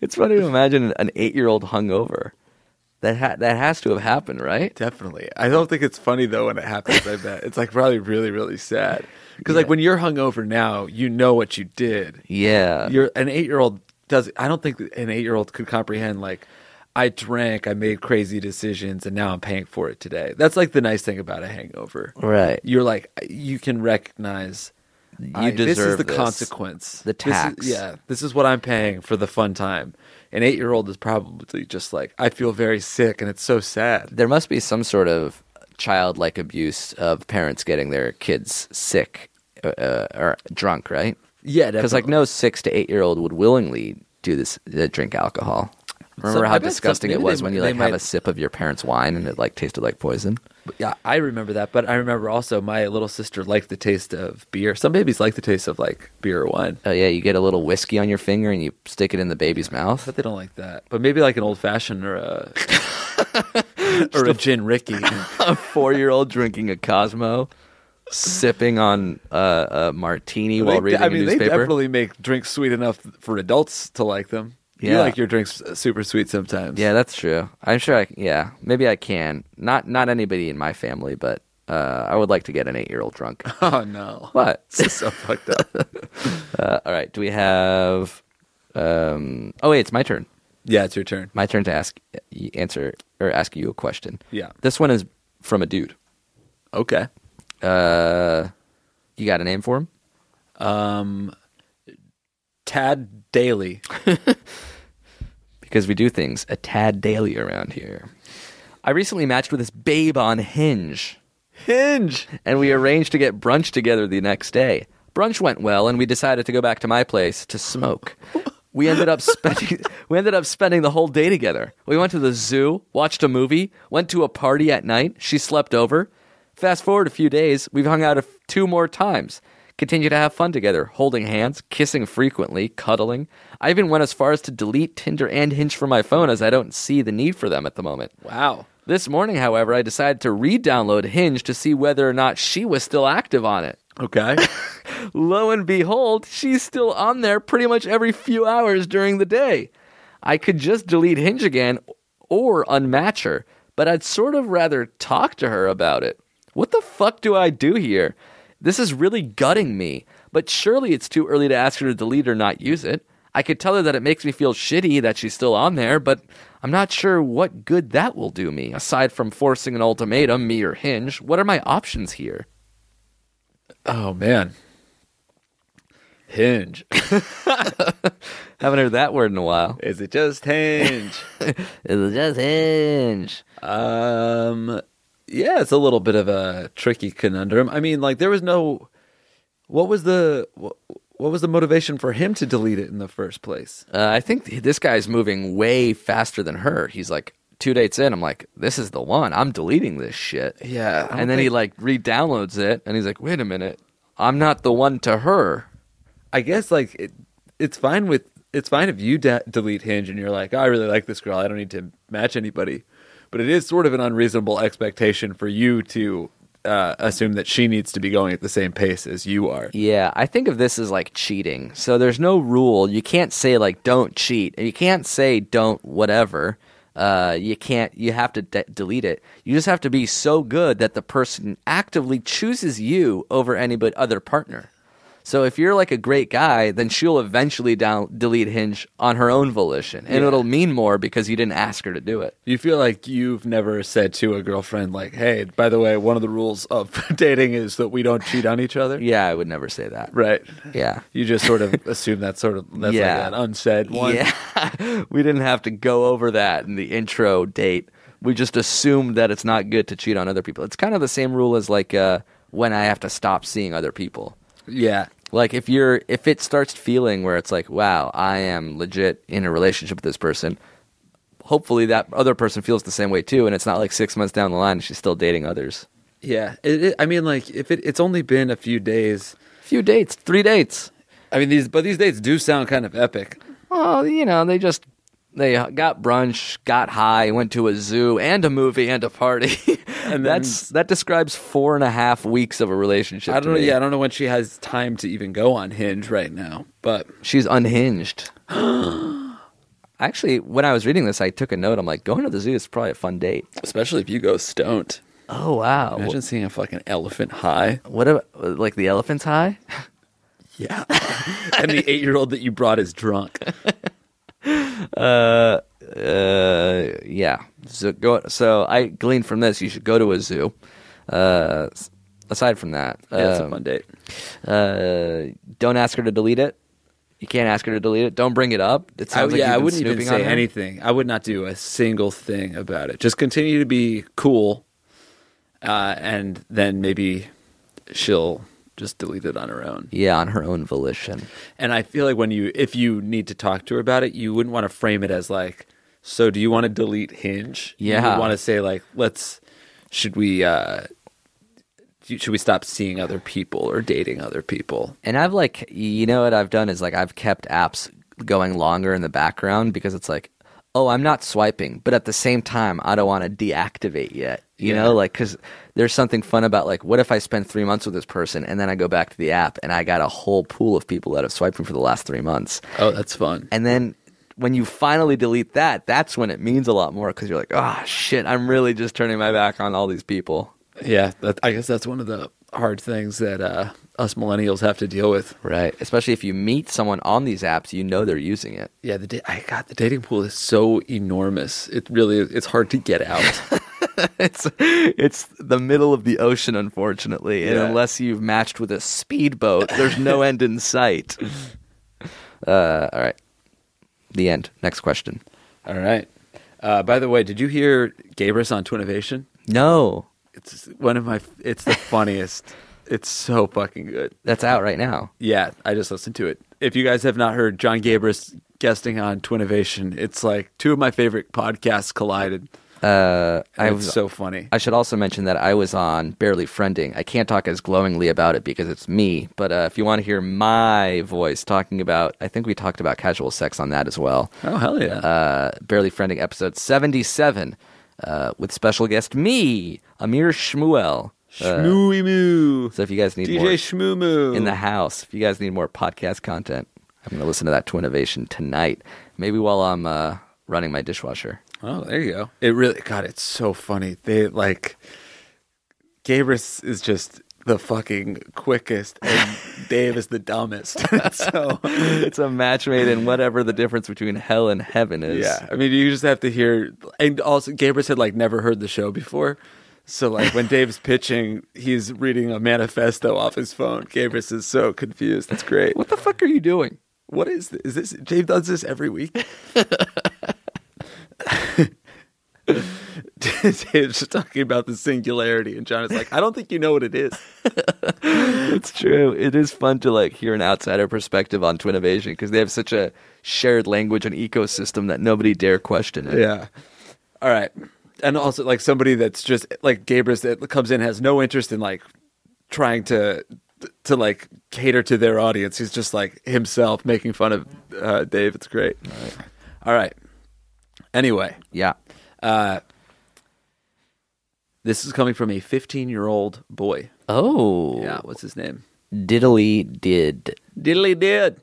Speaker 3: it's funny to imagine an eight-year-old hungover that ha- that has to have happened right
Speaker 4: Definitely. I don't think it's funny though when it happens. I bet it's like probably really really sad because like when you're hungover now, you know what you did.
Speaker 3: yeah
Speaker 4: you're an eight year old does I don't think an eight year old could comprehend like I drank, I made crazy decisions, and now I'm paying for it today. That's like the nice thing about a hangover.
Speaker 3: Right.
Speaker 4: You're like you can recognize you this is
Speaker 3: deserve
Speaker 4: the
Speaker 3: this.
Speaker 4: consequence.
Speaker 3: The
Speaker 4: This is-
Speaker 3: tax.
Speaker 4: yeah. This is what I'm paying for the fun time. An eight year old is probably just like, I feel very sick and it's so sad.
Speaker 3: there must be some sort of childlike abuse of parents getting their kids sick uh, uh, or drunk, right?
Speaker 4: Yeah,
Speaker 3: Because like
Speaker 4: definitely.
Speaker 3: no six to eight year old would willingly do this, uh, drink alcohol. Remember
Speaker 4: Some- I
Speaker 3: how
Speaker 4: bet some-
Speaker 3: disgusting it
Speaker 4: maybe
Speaker 3: was
Speaker 4: they-
Speaker 3: when you
Speaker 4: they
Speaker 3: like have
Speaker 4: might-
Speaker 3: a sip of your parents' wine and it like tasted like poison.
Speaker 4: Yeah, I remember that, but I remember also my little sister liked the taste of beer. Some babies like the taste of like beer or wine.
Speaker 3: Oh yeah, you get a little whiskey on your finger and you stick it in the baby's mouth.
Speaker 4: But they don't like that. But maybe like an old fashioned or [laughs] a or a gin [laughs] Ricky.
Speaker 3: [laughs] a four year old drinking a Cosmo, sipping on uh, a martini while reading
Speaker 4: I
Speaker 3: a
Speaker 4: mean, they
Speaker 3: newspaper.
Speaker 4: definitely make drinks sweet enough for adults to like them. You
Speaker 3: Yeah.
Speaker 4: like your drinks uh, super sweet sometimes.
Speaker 3: Yeah, that's true. I'm sure I yeah, maybe I can. Not not anybody in my family, but uh, I would like to get an 8-year-old drunk.
Speaker 4: [laughs] Oh no. [laughs]
Speaker 3: What?
Speaker 4: This is so fucked up.
Speaker 3: All right, uh, do we have um Oh wait, it's my turn.
Speaker 4: yeah, it's your turn.
Speaker 3: My turn to ask y- answer or ask you a question.
Speaker 4: Yeah.
Speaker 3: This one is from a dude.
Speaker 4: Okay.
Speaker 3: Uh You got a name for him?
Speaker 4: Um, Tad Daly.
Speaker 3: because we do things a tad daily around here. I recently matched with this babe on Hinge,
Speaker 4: Hinge.
Speaker 3: and we arranged to get brunch together the next day. Brunch went well, and we decided to go back to my place to smoke. We ended up spending [laughs] we ended up spending the whole day together. We went to the zoo, watched a movie, went to a party at night. She slept over. Fast forward a few days, we've hung out a f- two more times. Continue to have fun together, holding hands, kissing frequently, cuddling. I even went as far as to delete Tinder and Hinge from my phone as I don't see the need for them at the moment.
Speaker 4: Wow.
Speaker 3: This morning, however, I decided to re download Hinge to see whether or not she was still active on it.
Speaker 4: Okay.
Speaker 3: Lo and behold, she's still on there pretty much every few hours during the day. I could just delete Hinge again or unmatch her, but I'd sort of rather talk to her about it. What the fuck do I do here? This is really gutting me, but surely it's too early to ask her to delete or not use it. I could tell her that it makes me feel shitty that she's still on there, but I'm not sure what good that will do me, aside from forcing an ultimatum, me or Hinge. What are my options here?
Speaker 4: oh man. Hinge.
Speaker 3: [laughs]
Speaker 4: [laughs]
Speaker 3: Haven't heard that word in a while.
Speaker 4: Is it
Speaker 3: [laughs]
Speaker 4: just Hinge?
Speaker 3: It's just Hinge.
Speaker 4: Um, yeah, it's a little bit of a tricky conundrum. I mean, like there was no, what was the what, what was the motivation for him to delete it in the first place?
Speaker 3: Uh, I think th- this guy's moving way faster than her. He's like two dates in. I'm like, this is the one. I'm deleting this shit.
Speaker 4: Yeah, I don't
Speaker 3: And then he
Speaker 4: think-
Speaker 3: like re-downloads it, and he's like, wait a minute, I'm not the one to her.
Speaker 4: I guess like it, it's fine with it's fine if you de- delete Hinge and you're like, oh, I really like this girl. I don't need to match anybody, but it is sort of an unreasonable expectation for you to uh, assume that she needs to be going at the same pace as you are.
Speaker 3: Yeah, I think of this as like cheating. So there's no rule. You can't say like don't cheat, and you can't say don't whatever. Uh, you can't. You have to de- delete it. You just have to be so good that the person actively chooses you over any but other partner. So if you're like a great guy, then she'll eventually down delete Hinge on her own volition, and it'll mean more because you didn't ask her to do it.
Speaker 4: You feel like you've never said to a girlfriend, like, hey, by the way, one of the rules of [laughs] dating is that we don't cheat on each other.
Speaker 3: Yeah, I would never say that.
Speaker 4: Right.
Speaker 3: Yeah.
Speaker 4: You just sort of assume that's sort of that's
Speaker 3: Yeah.
Speaker 4: like an unsaid one.
Speaker 3: Yeah. [laughs] we didn't have to go over that in the intro date. We just assumed that it's not good to cheat on other people. It's kind of the same rule as like uh, when I have to stop seeing other people.
Speaker 4: Yeah.
Speaker 3: Like if you're if it starts feeling where it's like, wow, I am legit in a relationship with this person. Hopefully that other person feels the same way too, and it's not like six months down the line and she's still dating others.
Speaker 4: Yeah. It, it, I mean, like, if it, it's only been a few days,
Speaker 3: A few dates, three dates.
Speaker 4: I mean, these but these dates do sound kind of epic.
Speaker 3: Well, you know, they just they got brunch, got high, went to a zoo and a movie and a party. [laughs] and that's that describes four and a half weeks of a relationship.
Speaker 4: I don't
Speaker 3: to
Speaker 4: know.
Speaker 3: me.
Speaker 4: Yeah, I don't know when she has time to even go on Hinge right now, but
Speaker 3: She's [gasps] unhinged. Actually, when I was reading this, I took a note. I'm like, going to the zoo is probably a fun date.
Speaker 4: especially if you go stoned.
Speaker 3: Oh wow!
Speaker 4: Imagine seeing a fucking elephant high.
Speaker 3: What about like the elephant's high?
Speaker 4: Yeah. and the eight year old that you brought is drunk.
Speaker 3: [laughs] Uh, yeah. So go. So I gleaned from this, you should go to a zoo. Uh, s- aside from that,
Speaker 4: Yeah, it's a
Speaker 3: um,
Speaker 4: fun date.
Speaker 3: Uh, don't ask her to delete it. You can't ask her to delete it. Don't bring it up. It
Speaker 4: I,
Speaker 3: sounds like
Speaker 4: yeah,
Speaker 3: you've
Speaker 4: I
Speaker 3: been
Speaker 4: wouldn't even
Speaker 3: snooping on
Speaker 4: say
Speaker 3: her.
Speaker 4: anything. I would not do a single thing about it. Just continue to be cool, uh, and then maybe she'll just delete it on her own.
Speaker 3: Yeah, on her own volition.
Speaker 4: And I feel like when you, if you need to talk to her about it, you wouldn't want to frame it as like, "So, do you want to delete Hinge?"
Speaker 3: Yeah.
Speaker 4: you want to say like, "Let's, should we, uh, should we stop seeing other people or dating other people?"
Speaker 3: And I've like, you know what I've done is like I've kept apps going longer in the background because it's like, oh, I'm not swiping, but at the same time, I don't want to deactivate yet. You know, like because there's something fun about like, what if I spend three months with this person and then I go back to the app and I got a whole pool of people that have swiped me for the last three months.
Speaker 4: Oh, that's fun.
Speaker 3: And then when you finally delete that, that's when it means a lot more because you're like, oh, shit, I'm really just turning my back on all these people.
Speaker 4: Yeah, that, I guess that's one of the hard things that uh, us millennials have to deal with.
Speaker 3: Right. Especially if you meet someone on these apps, you know they're using it. [laughs]
Speaker 4: Yeah, the da- I God, the dating pool is so enormous. It really it's hard to get out.
Speaker 3: it's it's the middle of the ocean, unfortunately, and
Speaker 4: Yeah.
Speaker 3: unless you've matched with a speedboat, there's no end in sight. [laughs] Uh, all right, the end. Next question.
Speaker 4: All right. Uh, by the way, did you hear Gabrus on Twinovation?
Speaker 3: No,
Speaker 4: It's one of my. It's the funniest. it's so fucking good.
Speaker 3: that's out right now.
Speaker 4: Yeah, I just listened to it. If you guys have not heard John Gabrus guesting on Twinovation, it's like two of my favorite podcasts collided.
Speaker 3: Uh, I
Speaker 4: And
Speaker 3: was
Speaker 4: it's so funny.
Speaker 3: I should also mention that I was on Barely Friending. I can't talk as glowingly about it because it's me. But uh, if you want to hear my voice talking about, I think we talked about casual sex on that as well.
Speaker 4: oh hell yeah!
Speaker 3: Uh, Barely Friending episode 77 uh, with special guest me, Amir Shmuel. Uh,
Speaker 4: Shmoo moo.
Speaker 3: so if you guys need
Speaker 4: DJ
Speaker 3: more
Speaker 4: Shmoo [laughs]
Speaker 3: in the house, if you guys need more podcast content, I'm going to listen to that to Innovation tonight. Maybe while I'm uh, running my dishwasher.
Speaker 4: Oh, there you go. It really, God, it's so funny. They like, Gabrus is just the fucking quickest, and Dave is the dumbest. [laughs] so,
Speaker 3: It's a match made in whatever the difference between hell and heaven is.
Speaker 4: yeah. I mean, you just have to hear. And also, Gabrus had like never heard the show before. So, like, when Dave's pitching, he's reading a manifesto off his phone. Gabrus is so confused. It's great.
Speaker 3: What the fuck are you doing?
Speaker 4: What is this? Is this Dave does this every [laughs] week? Dave's just talking about the singularity, and John is like, I don't think you know what it is.
Speaker 3: It's true. It is fun to like hear an outsider perspective on Twinnovation because they have such a shared language and ecosystem that nobody dare question it.
Speaker 4: [laughs] Yeah. All right. And also, like, somebody that's just like Gabrus that comes in has no interest in like trying to to like cater to their audience. He's just like himself making fun of uh, Dave. It's great. All right. All right. Anyway,
Speaker 3: Yeah.
Speaker 4: this is coming from a 15 year old boy.
Speaker 3: Oh.
Speaker 4: Yeah. What's his name?
Speaker 3: Diddly did.
Speaker 4: Diddly did.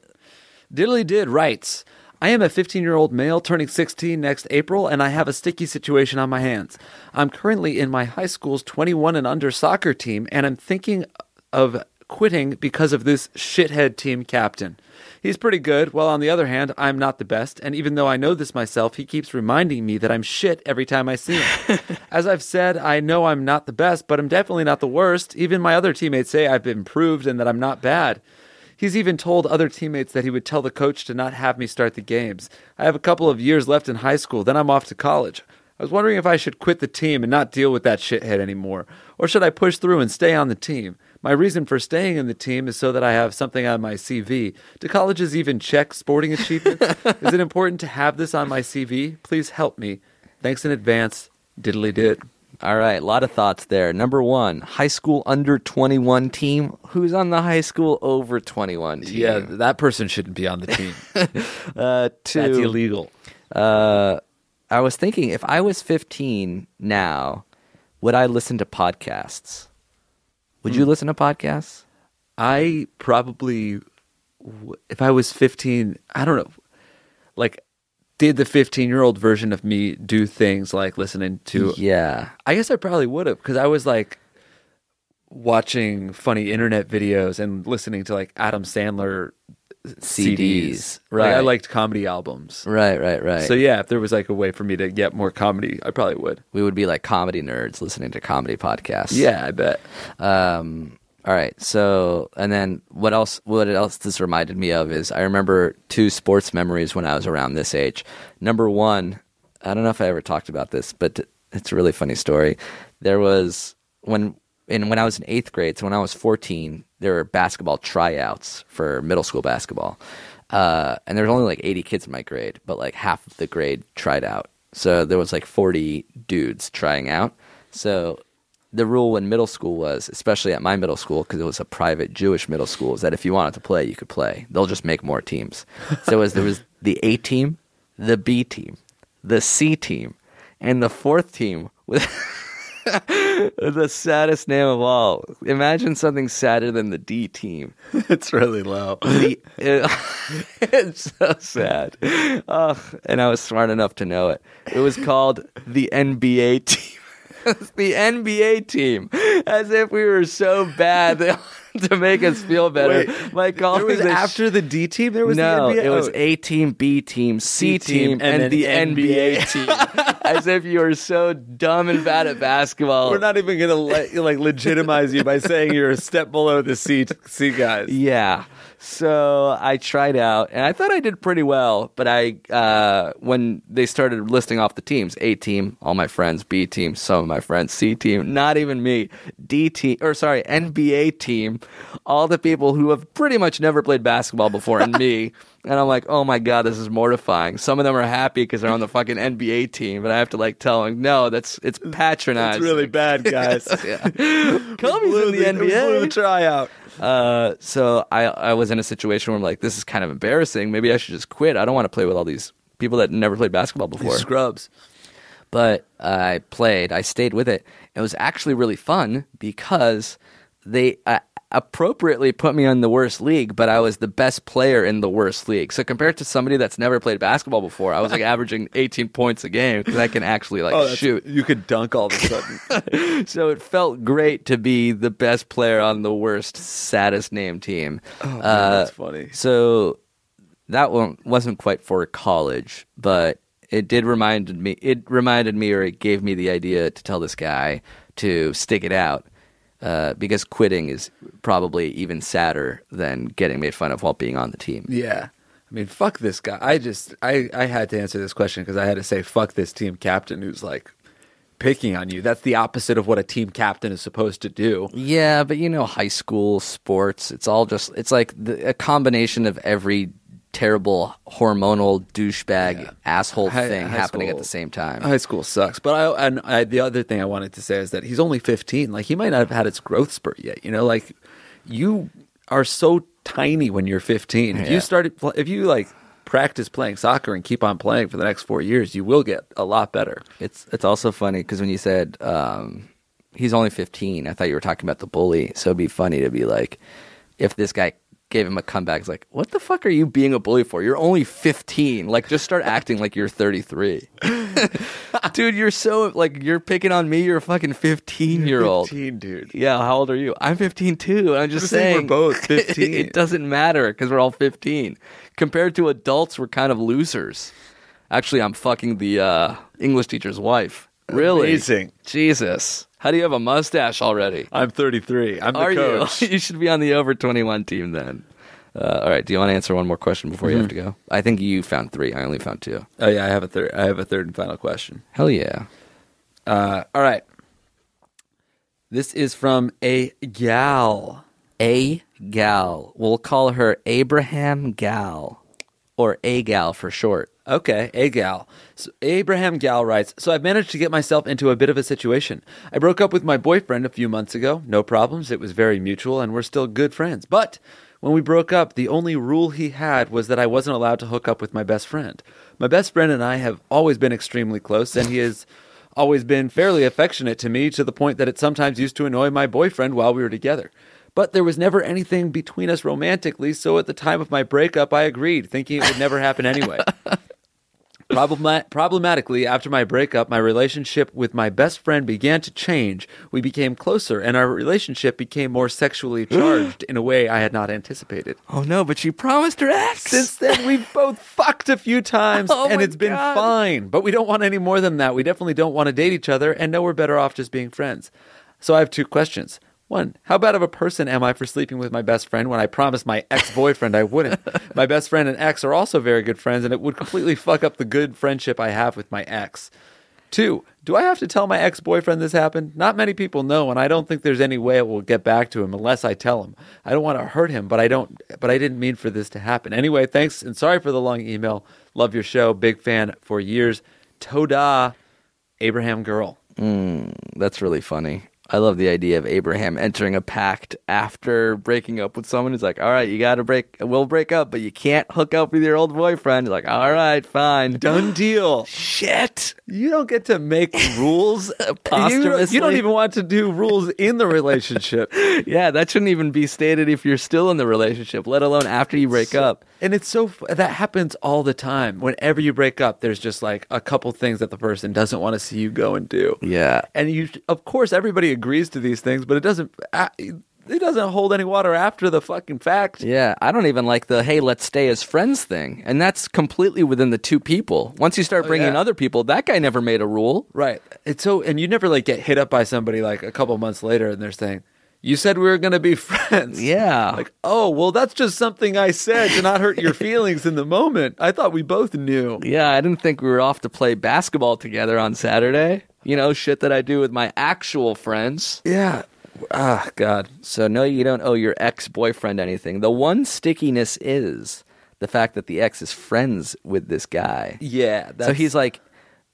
Speaker 4: Diddly did writes I am a 15 year old male turning 16 next April, and I have a sticky situation on my hands. I'm currently in my high school's 21 and under soccer team, and I'm thinking of quitting because of this shithead team captain. He's pretty good, while on the other hand, I'm not the best, and even though I know this myself, he keeps reminding me that I'm shit every time I see him. As I've said, I know I'm not the best, but I'm definitely not the worst. Even my other teammates say I've improved and that I'm not bad. He's even told other teammates that he would tell the coach to not have me start the games. I have a couple of years left in high school, then I'm off to college. I was wondering if I should quit the team and not deal with that shithead anymore, or should I push through and stay on the team? My reason for staying in the team is so that I have something on my CV. Do colleges even check sporting achievements? is it important to have this on my CV? Please help me. Thanks in advance. Diddly did.
Speaker 3: All right. A lot of thoughts there. Number one, high school under 21 team. Who's on the high school over 21 team?
Speaker 4: that person shouldn't be on the team.
Speaker 3: Uh, two,
Speaker 4: That's illegal.
Speaker 3: Uh, I was thinking if I was 15 now, would I listen to podcasts? Would
Speaker 4: Hmm.
Speaker 3: you listen to podcasts?
Speaker 4: I probably, w- if I was 15, I don't know, like, did the 15 year old version of me do things like listening to?
Speaker 3: Yeah.
Speaker 4: I guess I probably would have because I was like watching funny internet videos and listening to like Adam Sandler CDs.
Speaker 3: CDs.
Speaker 4: Right. I
Speaker 3: Right.
Speaker 4: liked comedy albums.
Speaker 3: Right, right, right.
Speaker 4: So yeah, if there was like a way for me to get more comedy, I probably would.
Speaker 3: we would be like comedy nerds listening to comedy podcasts.
Speaker 4: Yeah, I bet.
Speaker 3: Um, all right. So, and then what else? What else this reminded me of is I remember two sports memories when I was around this age. Number one, I don't know if I ever talked about this, but it's a really funny story. There was when and when I was in eighth grade, so when I was fourteen, there were basketball tryouts for middle school basketball, uh, and there was only like eighty kids in my grade, but like half of the grade tried out. So there was like forty dudes trying out. So the rule in middle school was, especially at my middle school, because it was a private Jewish middle school, is that if you wanted to play, you could play. They'll just make more teams. So it was, there was the A team, the B team, the C team, and the fourth team with [laughs] the saddest name of all. Imagine something sadder than the D team.
Speaker 4: [laughs] it's really low. [laughs]
Speaker 3: The- uh, it's so sad. Ugh, and I was smart enough to know it. It was called the NBA [laughs] team. the NBA team. As if we were so bad. [laughs] They to make us feel better.
Speaker 4: Wait,
Speaker 3: My golf
Speaker 4: there was
Speaker 3: is a
Speaker 4: after the D team. There was
Speaker 3: no,
Speaker 4: the NBA?
Speaker 3: it was
Speaker 4: Oh,
Speaker 3: A team, B team, C team,
Speaker 4: C-team, and then
Speaker 3: the
Speaker 4: NBA [laughs]
Speaker 3: team. As if you were so dumb and bad at basketball.
Speaker 4: We're
Speaker 3: [laughs]
Speaker 4: not even gonna let, like legitimize you by saying you're a step below the C C guys.
Speaker 3: Yeah. So I tried out, and I thought I did pretty well. But I, uh, when they started listing off the teams, A team, all my friends, B team, some of my friends, C team, not even me, D team, or sorry, NBA team, all the people who have pretty much never played basketball before, and me. And I'm like, oh my god, this is mortifying. Some of them are happy because they're on the fucking NBA team, but I have to like tell them, no, that's it's patronizing.
Speaker 4: It's really [laughs] bad, guys.
Speaker 3: Kobe's
Speaker 4: Blew
Speaker 3: in the NBA.
Speaker 4: we blew the tryout.
Speaker 3: Uh, so I, I was in a situation where I'm like, this is kind of embarrassing. Maybe I should just quit. I don't want to play with all these people that never played basketball before.
Speaker 4: [laughs] Scrubs.
Speaker 3: But I played. I stayed with it. It was actually really fun because they uh, appropriately put me on the worst league, but I was the best player in the worst league. So compared to somebody that's never played basketball before, I was
Speaker 4: [laughs]
Speaker 3: like averaging 18 points a game because I can actually like
Speaker 4: Oh that's-
Speaker 3: shoot.
Speaker 4: You could dunk all of a [laughs] sudden.
Speaker 3: So it felt great to be the best player on the worst, saddest name team. Oh,
Speaker 4: that's funny.
Speaker 3: So that one wasn't quite for college, but it did remind me. It reminded me, or it gave me the idea to tell this guy to stick it out, uh, because quitting is probably even sadder than getting made fun of while being on the team.
Speaker 4: yeah. I mean, fuck this guy. I just I I had to answer this question because I had to say fuck this team captain who's like picking on you. That's the opposite of what a team captain is supposed to do.
Speaker 3: Yeah, but you know, high school sports, it's all just, it's like the, a combination of every terrible hormonal douchebag asshole
Speaker 4: High-
Speaker 3: thing
Speaker 4: high
Speaker 3: happening at
Speaker 4: school-
Speaker 3: the same time.
Speaker 4: High school sucks, but I and I, the other thing I wanted to say is that he's only 15. Like he might not have had its growth spurt yet. You know, like you are so tiny when you're 15. If you started, pl- if you like practice playing soccer and keep on playing for the next four years, you will get a lot better.
Speaker 3: It's it's also funny because when you said um, he's only 15, I thought you were talking about the bully. So it'd be funny to be like, if this guy gave him a comeback, it's like, what the fuck are you being a bully for? You're only 15. Like, just start acting like you're
Speaker 4: [laughs]
Speaker 3: 33. Dude, you're so, like, you're picking on me. You're a fucking 15 year old.
Speaker 4: 15, dude.
Speaker 3: Yeah, how old are you? I'm 15 too. and I'm just
Speaker 4: Just saying
Speaker 3: saying
Speaker 4: we're both 15.
Speaker 3: [laughs] it doesn't matter because we're all 15. Compared to adults, we're kind of losers. Actually, I'm fucking the uh, English teacher's wife. Really?
Speaker 4: Amazing.
Speaker 3: Jesus. How do you have a mustache already?
Speaker 4: I'm 33. I'm
Speaker 3: [laughs]
Speaker 4: the
Speaker 3: are
Speaker 4: coach.
Speaker 3: you? you should be on the over 21 team then. Uh, all right. Do you want to answer one more question before you have to
Speaker 4: Mm-hmm.
Speaker 3: go? I think you found three. I only found two.
Speaker 4: oh yeah, I have a third. I have a third and final question.
Speaker 3: Hell yeah.
Speaker 4: Uh, All right. This is from a gal.
Speaker 3: A gal. We'll call her Abraham Gal or A gal for short.
Speaker 4: Okay, a gal. So Abraham Gal writes So I've managed to get myself into a bit of a situation. I broke up with my boyfriend a few months ago. No problems. It was very mutual, and we're still good friends. But when we broke up, the only rule he had was that I wasn't allowed to hook up with my best friend. My best friend and I have always been extremely close, and he has always been fairly affectionate to me to the point that it sometimes used to annoy my boyfriend while we were together. But there was never anything between us romantically, so at the time of my breakup, I agreed, thinking it would never happen anyway. Problema- problematically, after my breakup, my relationship with my best friend began to change. We became closer, and our relationship became more sexually charged in a way I had not anticipated.
Speaker 3: Oh no, but you promised her ex.
Speaker 4: Since then, we've both fucked a few times,
Speaker 3: [laughs] Oh
Speaker 4: and
Speaker 3: my
Speaker 4: it's been
Speaker 3: God.
Speaker 4: fine. But we don't want any more than that. We definitely don't want to date each other, and know we're better off just being friends. So I have two questions. One, how bad of a person am I for sleeping with my best friend when I promised my ex boyfriend
Speaker 3: [laughs]
Speaker 4: I wouldn't? my best friend and ex are also very good friends, and it would completely fuck up the good friendship I have with my ex. Two, do I have to tell my ex boyfriend this happened? Not many people know, and I don't think there's any way it will get back to him unless I tell him. I don't want to hurt him, but I don't. But I didn't mean for this to happen. Anyway, thanks and sorry for the long email. Love your show, big fan for years. Toda, Abraham girl.
Speaker 3: That's really funny. I love the idea of Abraham entering a pact after breaking up with someone. He's like, "All right, you got to break. We'll break up, but you can't hook up with your old boyfriend." He's like, "All right, fine."
Speaker 4: Done deal.
Speaker 3: Shit.
Speaker 4: You don't get to [laughs] make rules You, you don't
Speaker 3: Posthumously.
Speaker 4: even want to do rules in the relationship.
Speaker 3: [laughs] Yeah, that shouldn't even be stated if you're still in the relationship, let alone after you break up.
Speaker 4: And it's so f- that happens all the time. Whenever you break up, there's just like a couple things that the person doesn't want to see you go and do.
Speaker 3: Yeah.
Speaker 4: And you, of course, everybody agrees to these things, but it doesn't. I, it doesn't hold any water after the fucking fact.
Speaker 3: Yeah, I don't even like the hey, let's stay as friends thing. And that's completely within the two people. Once you start bringing
Speaker 4: Oh, yeah.
Speaker 3: other people, that guy never made a rule.
Speaker 4: Right. It's so, and you never like get hit up by somebody like a couple months later, and they're saying, "You said we were gonna be friends."
Speaker 3: Yeah.
Speaker 4: [laughs] Like, oh well, that's just something I said to not [laughs] hurt your feelings in the moment. I thought we both knew.
Speaker 3: Yeah, I didn't think we were off to play basketball together on Saturday. You know, shit that I do with my actual friends.
Speaker 4: Yeah. Ah, God.
Speaker 3: So, no, you don't owe your ex boyfriend anything. The one stickiness is the fact that the ex is friends with this guy.
Speaker 4: Yeah. That's,
Speaker 3: So he's like,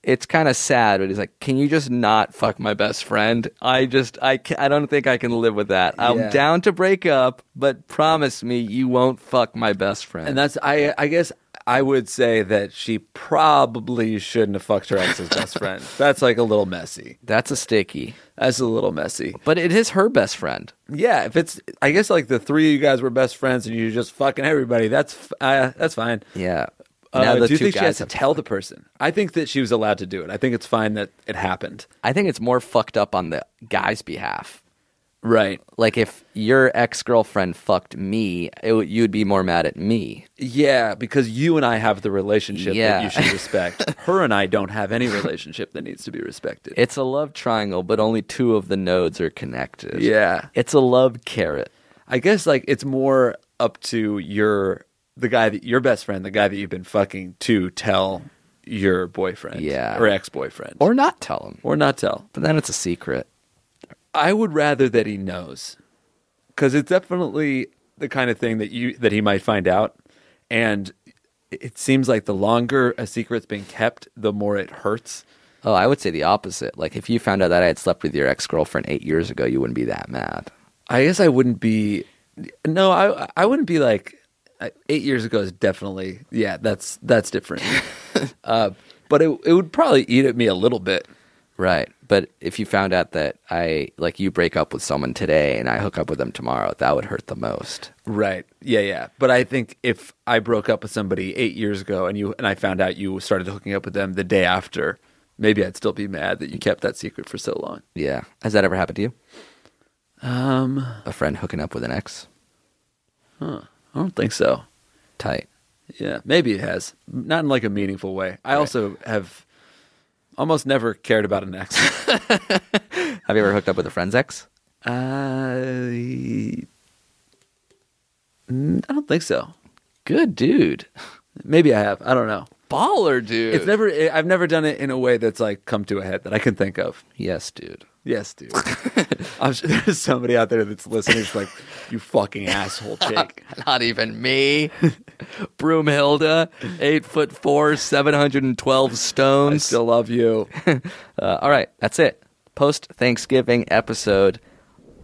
Speaker 3: it's kind of sad, but he's like, can you just not fuck my best friend? I just, I, ca I don't think I can live with that. I'm
Speaker 4: Yeah.
Speaker 3: down to break up, but promise me you won't fuck my best friend.
Speaker 4: and that's I. I guess I would say that she probably shouldn't have fucked her ex's best [laughs] friend. That's like a little messy.
Speaker 3: that's a sticky.
Speaker 4: That's a little messy.
Speaker 3: But it is her best friend.
Speaker 4: Yeah, if it's, I guess like the three of you guys were best friends and you just fucking everybody. That's f- uh, that's fine.
Speaker 3: Yeah.
Speaker 4: Uh, do you think she has to
Speaker 3: have-
Speaker 4: tell the person? I think that she was allowed to do it. I think it's fine that it happened.
Speaker 3: I think it's more fucked up on the guy's behalf.
Speaker 4: Right.
Speaker 3: Like if your ex girlfriend fucked me, it, would- you'd be more mad at me.
Speaker 4: Yeah, because you and I have the relationship
Speaker 3: Yeah.
Speaker 4: that you should respect.
Speaker 3: [laughs]
Speaker 4: Her and I don't have any relationship that needs to be respected.
Speaker 3: It's a love triangle, but only two of the nodes are connected.
Speaker 4: yeah.
Speaker 3: It's a love carrot.
Speaker 4: I guess like it's more up to your the guy that your best friend, the guy that you've been fucking to tell your boyfriend
Speaker 3: Yeah.
Speaker 4: or ex-boyfriend
Speaker 3: Or not tell him.
Speaker 4: or not tell.
Speaker 3: But then it's a secret.
Speaker 4: I would rather that he knows, because it's definitely the kind of thing that you that he might find out, and it seems like the longer a secret's been kept, the more it hurts.
Speaker 3: Oh, I would say the opposite. Like if you found out that I had slept with your ex girlfriend eight years ago, you wouldn't be that mad.
Speaker 4: I guess I wouldn't be, no, I I wouldn't be like I- eight years ago is definitely yeah that's that's different, uh, but it it would probably eat at me a little bit.
Speaker 3: Right. But if you found out that I like you break up with someone today and I hook up with them tomorrow, that would hurt the most.
Speaker 4: Right. Yeah, yeah. But I think if I broke up with somebody eight years ago and you and I found out you started hooking up with them the day after, maybe I'd still be mad that you kept that secret for so long.
Speaker 3: Yeah. Has that ever happened to you?
Speaker 4: Um,
Speaker 3: A friend hooking up with an ex?
Speaker 4: I don't think so.
Speaker 3: Tight.
Speaker 4: Yeah, maybe it has. Not in like a meaningful way. I also have almost never cared about an ex.
Speaker 3: [laughs] Have you ever hooked up with a friend's ex?
Speaker 4: I I don't think so.
Speaker 3: Good dude.
Speaker 4: Maybe I have. I don't know.
Speaker 3: Baller dude.
Speaker 4: It's never. I've never done it in a way that's like come to a head that I can think of.
Speaker 3: yes, dude.
Speaker 4: Yes, dude. [laughs] I'm sure there's somebody out there that's listening. who's like, you fucking [laughs] asshole, Jake.
Speaker 3: [laughs] Not even me. [laughs] Broomhilda, eight foot four, seven hundred and twelve
Speaker 4: I
Speaker 3: stones.
Speaker 4: still love you.
Speaker 3: Uh, all right, that's it. Post Thanksgiving episode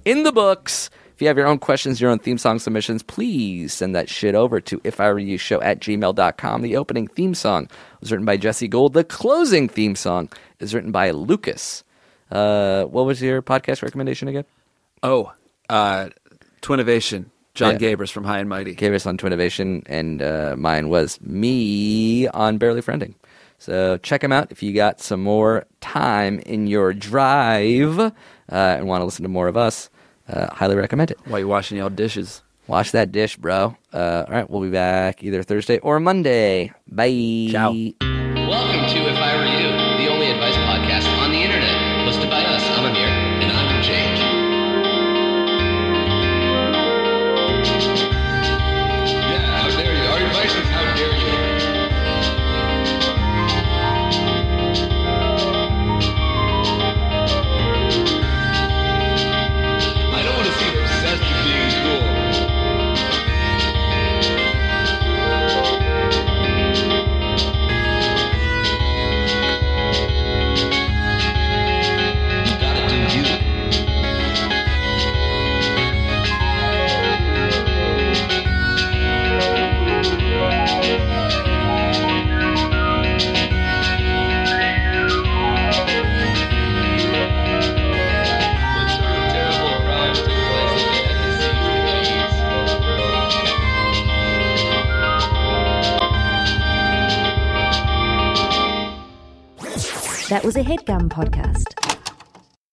Speaker 3: in the books. If you have your own questions, your own theme song submissions, please send that shit over to if I were you show at gmail.com. The opening theme song was written by Jesse Gold. The closing theme song is written by Lucas. Uh, what was your podcast recommendation again?
Speaker 4: Oh, uh, Twinnovation, John
Speaker 3: Yeah.
Speaker 4: Gabers from High and Mighty.
Speaker 3: Gave us on Twinnovation, and uh, mine was me on Barely Friending. So check them out if you got some more time in your drive uh, and want to listen to more of us. Uh, highly recommend it.
Speaker 4: While you're washing y'all dishes.
Speaker 3: Wash that dish, bro. Uh, all right, we'll be back either Thursday or Monday. Bye.
Speaker 4: Ciao.
Speaker 7: Welcome to If I Were You, the only advice podcast on the internet, hosted by us. I'm Amir, and I'm Jake. Yeah, how dare you? Our advice is how dare you? I don't want to seem obsessed with being cool. You gotta do you. What sort of terrible crime took place at the embassy for decades?
Speaker 8: That was a headgum podcast.